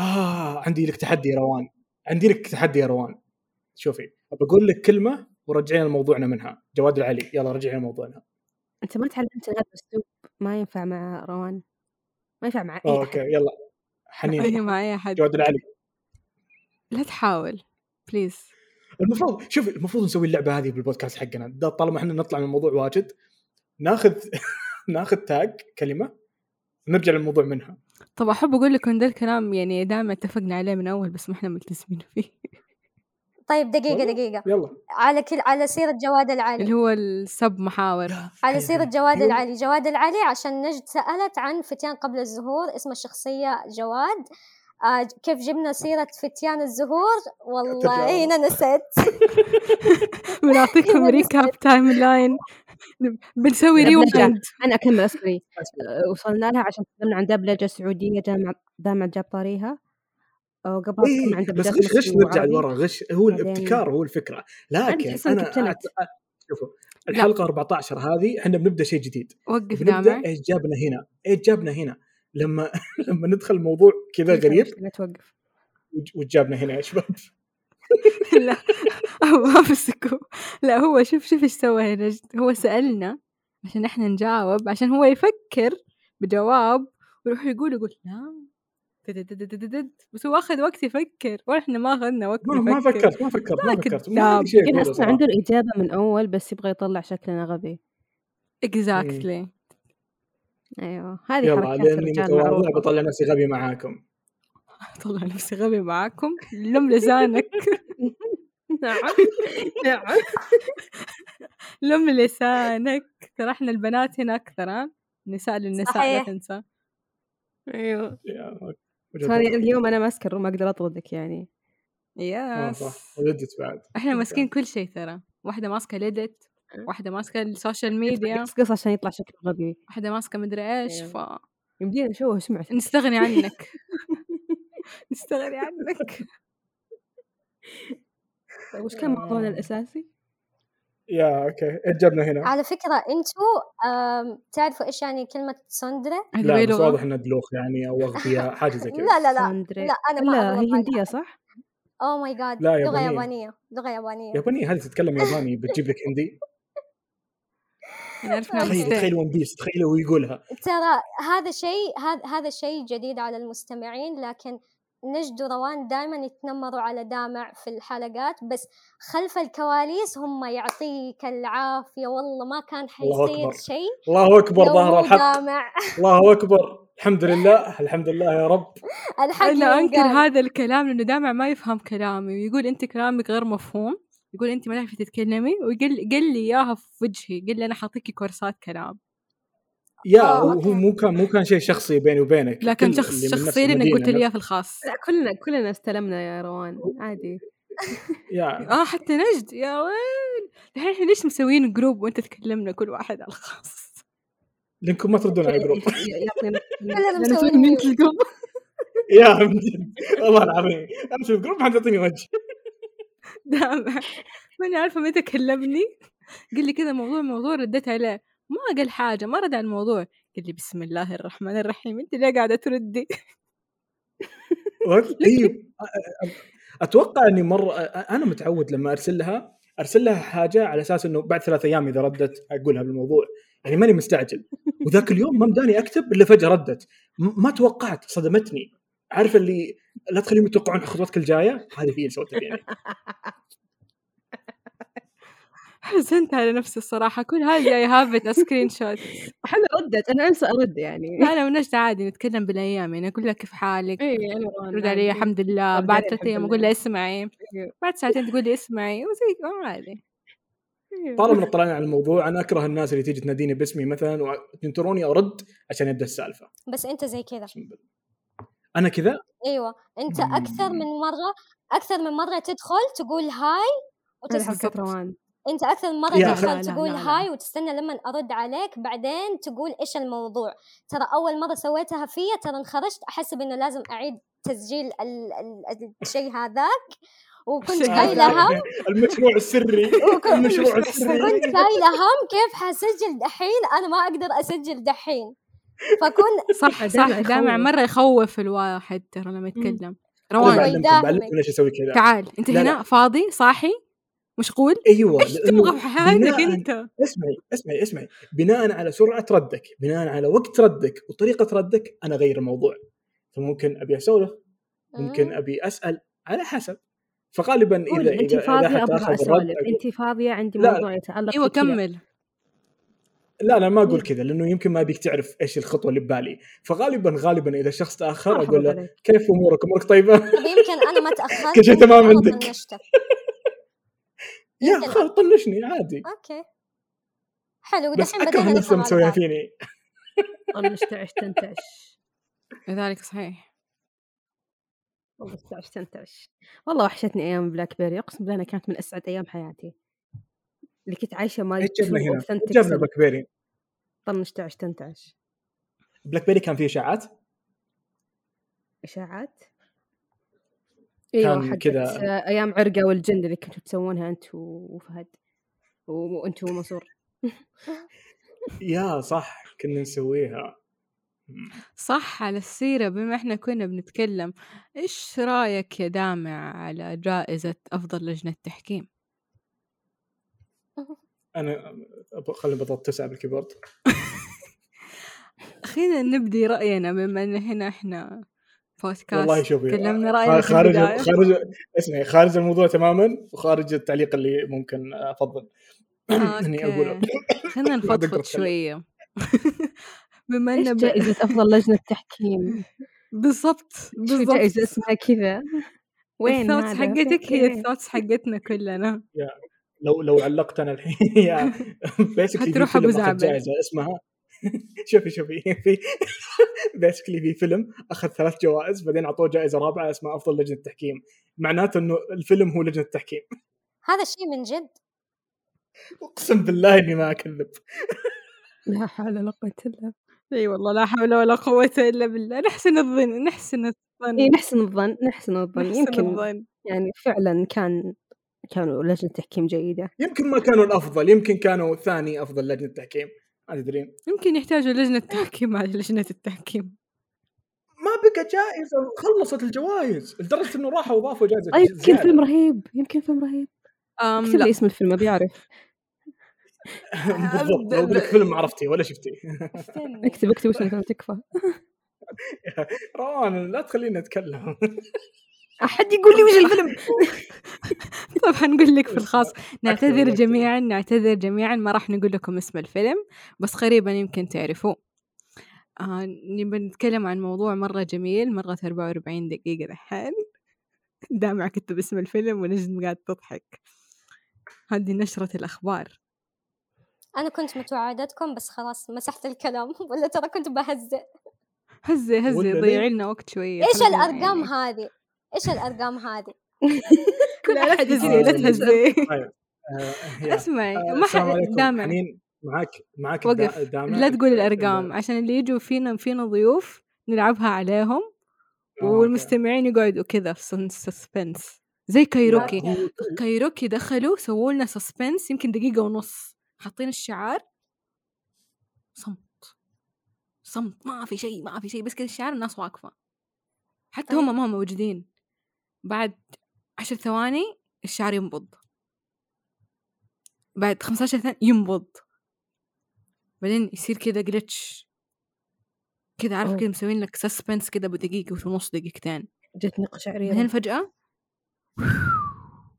Speaker 1: آه عندي لك تحدي يا روان عندي لك تحدي يا روان شوفي بقول لك كلمه ورجعينا لموضوعنا منها جواد العلي يلا رجعينا لموضوعنا
Speaker 2: أنت ما تعلمت هذا الأسلوب ما ينفع مع روان ما ينفع مع إيه، أي
Speaker 1: اوكي
Speaker 2: أحد
Speaker 1: يلا
Speaker 4: هي
Speaker 1: حنين
Speaker 4: مع اي احد
Speaker 1: جواد العلي
Speaker 4: لا تحاول بليز
Speaker 1: المفروض شوفي المفروض نسوي اللعبه هذه بالبودكاست حقنا ده طالما احنا نطلع من الموضوع واجد ناخذ ناخذ تاج كلمه نرجع للموضوع منها
Speaker 4: طب احب اقول لكم إن ده الكلام يعني دائما اتفقنا عليه من اول بس ما احنا ملتزمين فيه
Speaker 3: طيب دقيقه
Speaker 1: والله.
Speaker 3: دقيقه
Speaker 1: يلا
Speaker 3: على كل على سيره جواد العلي
Speaker 4: اللي هو السب محاور
Speaker 3: على سيرة جواد
Speaker 1: أيوة.
Speaker 3: العلي جواد العلي عشان نجد سألت عن فتيان قبل الزهور اسم الشخصية جواد آه ج- كيف جبنا سيرة فتيان الزهور والله
Speaker 1: ترجع.
Speaker 3: إيه أنا نسيت
Speaker 4: بنعطيكم ريكاب تايم لاين بنسوي
Speaker 2: لا، بنرجع.
Speaker 4: ريوند
Speaker 2: أنا أكمل أسري وصلنا لها عشان تكلمنا عن دبلجة سعودية جامعة جامعة جاب طاريها وقبل تكلمنا عن
Speaker 1: إيه، بس
Speaker 2: دبلجة
Speaker 1: غش غش
Speaker 2: مصري
Speaker 1: نرجع
Speaker 2: وعربي.
Speaker 1: لورا غش هو
Speaker 2: بعدين-
Speaker 1: الابتكار هو الفكره
Speaker 2: أنا
Speaker 1: لكن
Speaker 2: أحس إنك
Speaker 1: انا
Speaker 2: ابتلعت.
Speaker 1: أعت- شوفوا الحلقه 14 هذه احنا بنبدا شيء جديد
Speaker 4: وقف
Speaker 1: بنبدا
Speaker 4: دامع
Speaker 1: ايش جابنا هنا ايش جابنا هنا لما لما ندخل موضوع كذا غريب
Speaker 2: إيه، لا توقف
Speaker 1: وج- وجابنا هنا يا شباب
Speaker 4: لا ما امسكه لا هو شوف شوف ايش سوى هنا هو سالنا عشان احنا نجاوب عشان هو يفكر بجواب ويروح يقول يقول لا تتتتتتت. بس هو اخذ وقت يفكر واحنا ما اخذنا وقت
Speaker 1: ما ما
Speaker 4: نفكر
Speaker 1: فكرت ما فكرت ما
Speaker 4: لا
Speaker 1: فكرت ما
Speaker 4: كذاب.
Speaker 1: عندي شيء
Speaker 2: كان
Speaker 1: أقوله
Speaker 2: أصلا
Speaker 1: صراحة.
Speaker 2: إيه، عنده الإجابة من أول بس يبغى يطلع شكلنا غبي
Speaker 4: اكزاكتلي
Speaker 2: أيوه هذه
Speaker 1: يلا
Speaker 2: حركات
Speaker 1: لاني
Speaker 2: الرجال
Speaker 1: متواضع
Speaker 2: معروفة
Speaker 1: بطلع نفسي غبي معاكم
Speaker 4: طلع نفسي غبي معاكم لم لسانك
Speaker 2: نعم نعم
Speaker 4: لم لسانك ترى احنا البنات هنا اكثر ها نساء للنساء لا
Speaker 3: صحيح.
Speaker 4: تنسى ايوه
Speaker 1: يا
Speaker 2: سوري اليوم أنا ما أسكر وما أقدر أطردك يعني
Speaker 1: آه،
Speaker 4: يس
Speaker 1: صح ردت بعد
Speaker 4: احنا ماسكين كل شيء ترى واحده ماسكه ليدت
Speaker 1: إيه.
Speaker 4: واحده ماسكه السوشيال ميديا
Speaker 2: قصقص عشان يطلع شكله غبي
Speaker 4: واحده ماسكه مدري ايش
Speaker 1: إيه.
Speaker 2: يمدينا نشوه سمعت
Speaker 4: فنستغني عنك نستغني عنك
Speaker 2: طيب وش كان موضوعنا الأساسي؟
Speaker 1: يا اوكي ايش جابنا هنا؟
Speaker 3: على فكرة أنتوا آم، تعرفوا إيش يعني كلمة سندرة؟
Speaker 4: هذه
Speaker 1: لا
Speaker 4: وين
Speaker 1: بس واضح
Speaker 4: لغة؟
Speaker 1: انه دلوخ يعني او اغبياء حاجه زي كذا
Speaker 3: لا لا لا
Speaker 2: ساندري.
Speaker 3: لا أنا ما
Speaker 2: لا
Speaker 3: أدري
Speaker 2: هي
Speaker 3: والله.
Speaker 2: هندية صح؟
Speaker 3: أوه ماي جاد
Speaker 1: لا،
Speaker 3: لغة
Speaker 1: يابانية.
Speaker 3: يابانية لغة يابانية
Speaker 1: يابانية هذه تتكلم ياباني بتجيب لك هندي
Speaker 4: انا عرفت
Speaker 1: تخيل
Speaker 4: نعم
Speaker 1: تخيل ون بيس تخيل هو يقولها
Speaker 3: ترى هذا شيء هذا هذا شيء جديد على المستمعين لكن نجد وروان دائما يتنمروا على دامع في الحلقات بس خلف الكواليس هم يعطيك العافية والله ما كان
Speaker 1: الله
Speaker 3: حيصير
Speaker 1: أكبر.
Speaker 3: شيء
Speaker 1: الله اكبر
Speaker 3: لو
Speaker 1: ظهر
Speaker 3: مو
Speaker 1: الحق
Speaker 3: دامع
Speaker 1: الله اكبر الحمد لله الحمد لله يا رب
Speaker 3: الحق
Speaker 4: انا انكر
Speaker 3: ينقال.
Speaker 4: هذا الكلام لانه دامع ما يفهم كلامي ويقول انت كلامك غير مفهوم يقول انت ما تعرفي تتكلمي وقال قال لي اياها في وجهي قال لي انا حاطيكي كورسات كلام
Speaker 1: يا
Speaker 3: آه،
Speaker 1: هو
Speaker 3: أوكي.
Speaker 1: هو مو كان مو كان شيء شخصي بيني وبينك
Speaker 4: لكن
Speaker 1: كل
Speaker 4: شخص
Speaker 1: اللي من نفس
Speaker 4: شخصيا انك
Speaker 1: المدينة
Speaker 4: قلت لي اياه في الخاص
Speaker 2: لا كلنا كلنا استلمنا يا روان عادي
Speaker 1: يا
Speaker 4: اه حتى نجد يا ويل الحين احنا ليش مسويين جروب وانت تكلمنا كل واحد على الخاص
Speaker 1: لانكم ما تردون على جروب
Speaker 2: يعطينا
Speaker 3: كلنا
Speaker 2: أنا
Speaker 3: مسويين
Speaker 2: فيلم
Speaker 3: ميوت.
Speaker 2: ينزل قبل.
Speaker 1: يا من جد. والله العظيم انا في الجروب ما حد يعطيني وجه
Speaker 4: دامع ماني عارفه متى كلمني قال لي كذا موضوع موضوع رديت عليه ما قال حاجة ما رد على الموضوع قال لي بسم الله الرحمن الرحيم انت ليه قاعدة تردي
Speaker 1: ايوه اتوقع اني مره انا متعود لما ارسل لها ارسل لها حاجه على اساس انه بعد ثلاث ايام اذا ردت اقولها بالموضوع يعني ماني مستعجل وذاك اليوم ما مداني اكتب الا فجاه ردت م- ما توقعت صدمتني عارف اللي لا تخليهم يتوقعون خطوتك الجايه هذه هي اللي سويتها يعني. فيني
Speaker 4: حزنت على نفسي الصراحة كل هذه اي هافت سكرين شوت
Speaker 2: احنا ردت انا انسى ارد يعني
Speaker 4: انا ونجد عادي نتكلم بالايام يعني اقول لها كيف حالك
Speaker 2: اي انا
Speaker 4: ترد علي الحمد لله
Speaker 2: أرد
Speaker 4: بعد
Speaker 2: علي
Speaker 4: ثلاث
Speaker 2: إيه، الحمد
Speaker 4: ايام
Speaker 2: لله.
Speaker 4: اقول لها اسمعي
Speaker 2: أيوه.
Speaker 4: بعد ساعتين تقول لي اسمعي وزي عادي
Speaker 1: طالما إنه طلعنا على الموضوع انا اكره الناس اللي تيجي تناديني باسمي مثلا وتنتروني ارد عشان يبدا السالفه
Speaker 3: بس انت زي كذا
Speaker 1: أقسم بالله. انا كذا
Speaker 3: ايوه انت
Speaker 1: مم.
Speaker 3: اكثر من مره اكثر من مره تدخل تقول هاي
Speaker 2: هذه
Speaker 3: وتسكت
Speaker 2: حقت إيه، روان
Speaker 3: انت اكثر من مره
Speaker 1: يا
Speaker 3: تدخل
Speaker 4: لا، لا،
Speaker 3: تقول
Speaker 4: لا، لا.
Speaker 3: هاي وتستنى لما ارد عليك بعدين تقول ايش الموضوع ترى اول مره سويتها فيا ترى انخرجت احسب انه لازم اعيد تسجيل ال- ال- الشيء هذاك وكنت
Speaker 4: الشيء
Speaker 3: قايله
Speaker 4: هذاك.
Speaker 3: هم
Speaker 1: المشروع السري المشروع السري
Speaker 3: كنت قايله هم كيف حسجل دحين انا ما اقدر اسجل دحين فكن
Speaker 4: صح
Speaker 2: دامع
Speaker 4: صح دامع
Speaker 2: يخوف.
Speaker 4: مرة يخوف الواحد ترى لما يتكلم
Speaker 1: أنا
Speaker 4: روان
Speaker 3: طيب.
Speaker 1: بعلمكم
Speaker 3: داعمك.
Speaker 1: بعلمكم ليش اسوي كذا
Speaker 4: تعال انت
Speaker 1: إيه، لا،
Speaker 4: هنا فاضي صاحي مشغول
Speaker 1: ايوه
Speaker 4: ايش
Speaker 1: لأنه
Speaker 4: تبغى في حياتك
Speaker 1: بناءً-
Speaker 4: انت؟
Speaker 1: اسمعي اسمعي اسمعي بناء على سرعه ردك بناء على وقت ردك وطريقه ردك انا اغير الموضوع فممكن ابي اسولف ممكن
Speaker 3: آه.
Speaker 1: ابي اسال على حسب فغالبا اذا
Speaker 2: انت
Speaker 1: اذا إذا
Speaker 2: فاضيه
Speaker 1: أحد
Speaker 2: ابغى
Speaker 1: أخذ الرد،
Speaker 2: اسولف
Speaker 1: أقول-
Speaker 2: انت فاضيه عندي
Speaker 1: لا.
Speaker 2: موضوع يتعلق
Speaker 4: ايوه
Speaker 2: بكذا.
Speaker 4: كمل
Speaker 1: لا لا ما اقول كذا لانه يمكن ما بيك تعرف ايش الخطوه اللي ببالي فغالبا غالبا اذا شخص اخر
Speaker 2: مرحبا
Speaker 1: اقول له
Speaker 2: عليك.
Speaker 1: كيف امورك امورك طيبه
Speaker 3: طب طيب، يمكن انا ما تاخرت
Speaker 1: كل شيء
Speaker 3: يمكن
Speaker 1: تمام
Speaker 3: أنا
Speaker 1: عندك.
Speaker 3: طنشتك.
Speaker 1: يا
Speaker 3: يمكن.
Speaker 1: خال طنشني عادي
Speaker 3: اوكي حلو
Speaker 1: بس
Speaker 3: ودحين
Speaker 1: اكره
Speaker 3: بدينا
Speaker 1: الناس
Speaker 3: نفهم
Speaker 1: لما تسويها
Speaker 3: على بعض.
Speaker 1: فيني
Speaker 2: طنشتعش تنتعش
Speaker 4: ذلك صحيح
Speaker 2: طنشتعش تنتعش والله وحشتني ايام بلاك بيري اقسم بالله أنا كانت من اسعد ايام حياتي اللي كنت عايشه ما
Speaker 1: إيش جبنا هنا إيش جبنا بلاك بيري
Speaker 2: طنشتعش تنتعش
Speaker 1: بلاك بيري كان فيه اشاعات
Speaker 2: اشاعات
Speaker 1: كان
Speaker 2: ايوه
Speaker 1: كذا-
Speaker 2: كذا ايام عرقه والجند اللي كنتوا تسوونها انت وفهد و- وانت ومنصور
Speaker 1: يا صح كنا نسويها
Speaker 4: صح على السيرة بما احنا كنا بنتكلم ايش رايك يا دامع على جائزة افضل لجنة تحكيم؟
Speaker 1: انا أب- خليني بضغط تسعه بالكيبورد
Speaker 4: خلينا نبدي رأينا بما ان هنا احنا بودكاست
Speaker 1: والله شوفي
Speaker 4: تكلمنا
Speaker 1: خ-
Speaker 4: رأينا في
Speaker 1: خارج
Speaker 4: البداية.
Speaker 1: خارج اسمعي خارج الموضوع تماما وخارج التعليق اللي ممكن افضل اني اقوله
Speaker 4: أوكي. خلينا
Speaker 1: أقدر
Speaker 4: نفضفض
Speaker 1: أتكلم.
Speaker 4: شوية بما
Speaker 2: ايش
Speaker 4: ان ب-
Speaker 2: جائزه افضل لجنه تحكيم
Speaker 4: بالضبط
Speaker 2: شو
Speaker 4: بالضبط
Speaker 2: جائزه اسمها كذا وين
Speaker 4: الثوتس
Speaker 2: هذا؟
Speaker 4: حقتك هي
Speaker 2: إيه.
Speaker 4: الثوتس حقتنا كلنا
Speaker 1: لو لو علقت انا الحين يا بيسكلي
Speaker 4: حتروح أبو زعبل.
Speaker 1: جائزه اسمها شوفي شوفي في بيسكلي في فيلم اخذ ثلاث جوائز بعدين اعطوه جائزه رابعه اسمها افضل لجنه تحكيم معناته انه الفيلم هو لجنه تحكيم
Speaker 3: هذا الشيء من جد
Speaker 1: اقسم بالله اني ما اكذب
Speaker 2: لا حول ولا قوه الا
Speaker 4: اي والله لا حول ولا قوة الا بالله نحسن الظن نحسن الظن
Speaker 2: اي نحسن الظن إيه، نحسن الظن
Speaker 4: نحسن
Speaker 2: يمكن
Speaker 4: الظن
Speaker 2: يعني فعلا كان كانوا لجنه تحكيم جيده
Speaker 1: يمكن ما كانوا الافضل يمكن كانوا ثاني افضل لجنه تحكيم ما تدرين
Speaker 4: يمكن يحتاجوا لجنة تحكيم على لجنة التحكيم
Speaker 1: ما بقى جائزه خلصت الجوائز لدرجه انه راحوا واضافوا جائزه
Speaker 4: طيب،
Speaker 2: آه، يمكن
Speaker 1: زيادة.
Speaker 2: فيلم رهيب يمكن فيلم رهيب
Speaker 4: أم
Speaker 2: اكتب لي
Speaker 4: لا
Speaker 2: اسم الفيلم أبي اعرف
Speaker 1: بالضبط لو بدك فيلم ما عرفتي ولا شفتي
Speaker 2: اكتب اكتب اسم الفيلم تكفى
Speaker 1: روان لا تخليني اتكلم
Speaker 2: احد يقول لي وش الفيلم
Speaker 4: طبعا نقول طيب، لك في الخاص نعتذر
Speaker 1: أكتب.
Speaker 4: جميعا نعتذر جميعا ما راح نقول لكم اسم الفيلم بس قريبا يمكن تعرفوه آه نبي نتكلم عن موضوع مرة جميل مرة 44 دقيقة دحين دامع كتب اسم الفيلم ونجم قاعد تضحك هذه نشرة الأخبار
Speaker 3: انا كنت متوعدتكم بس خلاص مسحت الكلام ولا ترى كنت بهزئ
Speaker 4: هزي هزي
Speaker 1: ولا
Speaker 4: ضيعي
Speaker 1: ليه؟
Speaker 4: لنا وقت شوية
Speaker 3: ايش
Speaker 4: خلينا
Speaker 3: الارقام
Speaker 4: يعني.
Speaker 3: هذه ايش الارقام هذه
Speaker 4: لا لا تهزي
Speaker 1: يجي.
Speaker 4: لا تهزي
Speaker 1: طيب. آه، يا.
Speaker 4: اسمعي
Speaker 1: آه،
Speaker 4: ما
Speaker 1: السلام
Speaker 4: حد
Speaker 1: عليكم.
Speaker 4: دامع
Speaker 1: حنين معاك معاك
Speaker 4: وقف.
Speaker 1: الدا- دامع
Speaker 4: لا تقول
Speaker 1: ال-
Speaker 4: الارقام
Speaker 1: ال-
Speaker 4: عشان اللي يجوا فينا فينا ضيوف نلعبها عليهم
Speaker 1: آه،
Speaker 4: والمستمعين يقعدوا كذا في سسبنس زي كايروكي
Speaker 1: أوكي. لا،
Speaker 4: كايروكي دخلوا سووا لنا سسبنس يمكن دقيقة ونص حاطين الشعار صمت صمت ما في شيء ما في شيء بس كذا الشارع الناس واقفة حتى هم ما هم موجودين بعد عشر ثواني الشعر ينبض بعد 15 ثانية ينبض بعدين يصير كذا جلتش كذا عارف
Speaker 2: أوه.
Speaker 4: كذا مسوين لك سسبنس كذا بدقيقة ونص دقيقتين
Speaker 2: جت نقطة شعرية
Speaker 4: بعدين فجأة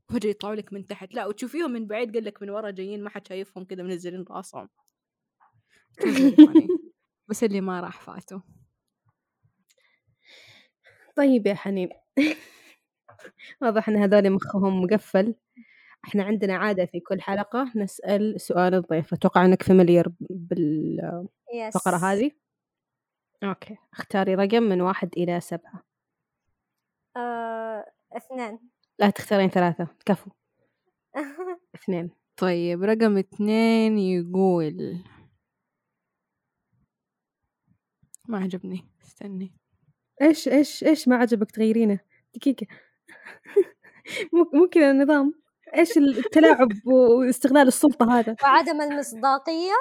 Speaker 4: فجأة يطلعوا لك من تحت لا وتشوفيهم من بعيد قال لك من ورا جايين ما حد شايفهم كذا منزلين راسهم يعني. بس اللي ما راح فاتوا
Speaker 2: طيب يا حنين واضح ان هذول مخهم مقفل احنا عندنا عادة في كل حلقة نسأل سؤال الضيف اتوقع انك فاميليير بالفقرة
Speaker 3: يس
Speaker 2: هذه اوكي اختاري رقم من واحد الى سبعة
Speaker 3: آه، اثنان
Speaker 2: لا تختارين ثلاثة كفو اثنين
Speaker 4: طيب رقم اثنين يقول ما عجبني استني
Speaker 2: ايش ايش ايش ما عجبك تغيرينه دقيقة مو مو كذا النظام ايش التلاعب واستغلال السلطة هذا
Speaker 3: وعدم المصداقية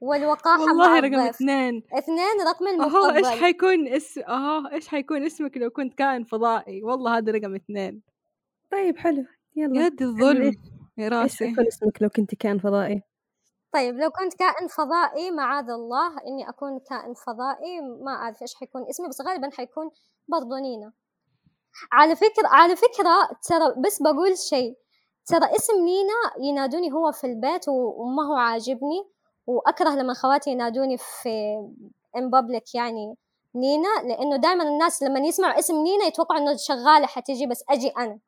Speaker 3: والوقاحة
Speaker 4: والله
Speaker 3: مع
Speaker 4: رقم
Speaker 3: الضيف.
Speaker 4: اثنين
Speaker 3: اثنان رقم
Speaker 4: اها ايش
Speaker 3: المفضل
Speaker 4: حيكون اس اها ايش حيكون اسمك لو كنت كائن فضائي والله هذا رقم اثنين
Speaker 2: طيب حلو يلا
Speaker 4: يد الظلم يا
Speaker 2: ايش
Speaker 4: راسي
Speaker 2: يكون اسمك لو كنت كائن فضائي
Speaker 3: طيب لو كنت كائن فضائي معاذ الله اني اكون كائن فضائي ما اعرف ايش حيكون اسمي بس غالبا حيكون برضو نينا على فكرة على فكرة ترى بس بقول شيء ترى اسم نينا ينادوني هو في البيت و- وما هو عاجبني واكره لما خواتي ينادوني في ان بابليك يعني نينا لانه دائما الناس لما يسمعوا اسم نينا يتوقعوا انه شغالة حتيجي بس اجي انا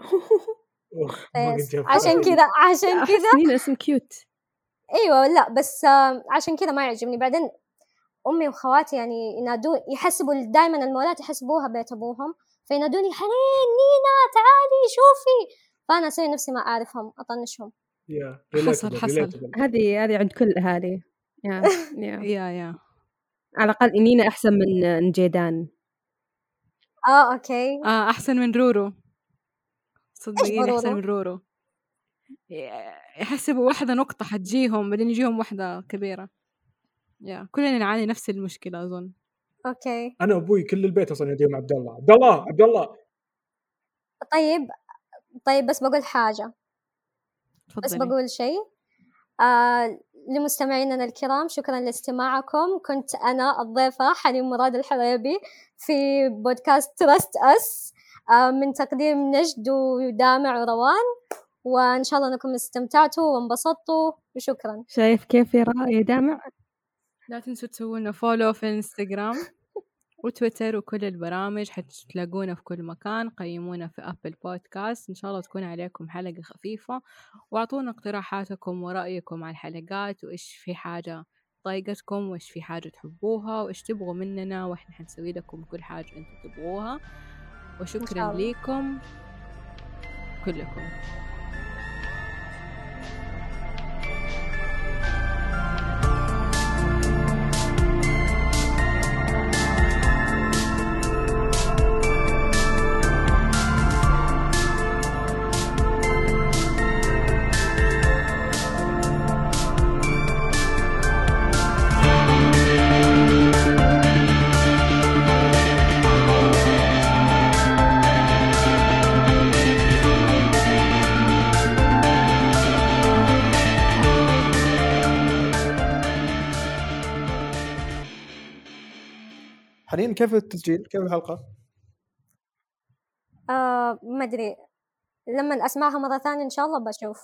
Speaker 1: أوه، ما
Speaker 3: بس
Speaker 1: قد جاب
Speaker 3: عشان
Speaker 1: سؤال.
Speaker 3: كذا عشان كذا
Speaker 2: أحس نينا اسم كيوت
Speaker 3: ايوه لا بس آم، عشان كذا ما يعجبني بعدين امي وخواتي يعني ينادون يحسبوا دائما المولات يحسبوها بيت ابوهم فينادوني حنين نينا تعالي شوفي فانا اسوي نفسي ما اعرفهم اطنشهم
Speaker 1: يا،
Speaker 4: حصل،
Speaker 1: relatable،
Speaker 4: حصل.
Speaker 1: relatable.
Speaker 2: هذه هذه عند كل الاهالي يا يا
Speaker 4: يا يا
Speaker 2: على الاقل انينا احسن من نجيدان
Speaker 3: اه اوكي
Speaker 4: اه احسن من رورو صدقيني
Speaker 3: رورو؟
Speaker 4: احسن من رورو يحسبوا واحدة نقطة حتجيهم بعدين يجيهم واحدة كبيرة يا كلنا نعاني نفس المشكلة أظن
Speaker 3: اوكي
Speaker 1: انا ابوي كل البيت اصلا يديهم عبد الله عبد الله عبد الله
Speaker 3: طيب طيب بس بقول حاجه بس
Speaker 4: تفضلي
Speaker 3: بقول شيء آه لمستمعينا الكرام شكرا لاستماعكم كنت انا الضيفه حليم مراد الحريبي في بودكاست تراست اس آه من تقديم نجد ودامع وروان وان شاء الله انكم استمتعتوا وانبسطتوا وشكرا
Speaker 2: شايف كيف يا را- يا دامع
Speaker 4: لا تنسوا تسووا لنا فولو في انستغرام وتويتر وكل البرامج حتلاقونا في كل مكان قيمونا في أبل بودكاست إن شاء الله تكون عليكم حلقة خفيفة وأعطونا اقتراحاتكم ورأيكم على الحلقات وإيش في حاجة ضايقتكم وإيش في حاجة تحبوها وإيش تبغوا مننا وإحنا حنسوي لكم كل حاجة أنتم تبغوها
Speaker 3: إن شاء
Speaker 4: وشكرا
Speaker 3: الله.
Speaker 4: ليكم كلكم
Speaker 5: حنين كيف التسجيل؟ كيف الحلقة؟
Speaker 3: آه ما ادري لما اسمعها مره ثانيه ان شاء الله بشوف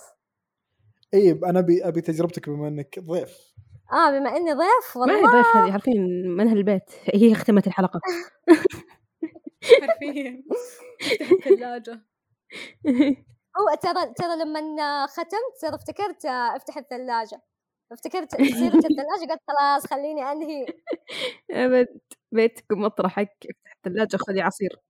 Speaker 5: اي انا ابي ابي تجربتك بما انك ضيف
Speaker 3: اه بما اني ضيف
Speaker 2: ما هي
Speaker 3: والله
Speaker 2: ضيف هذه عارفين من أهل البيت هي ختمت الحلقه
Speaker 4: حرفيا الثلاجة
Speaker 3: هو ترى ترى لما ختمت ترى افتكرت آه، افتح الثلاجه افتكرت سيره الثلاجه قلت خلاص خليني انهي
Speaker 2: أبد بيتكم مطرحك افتح الثلاجه خذي عصير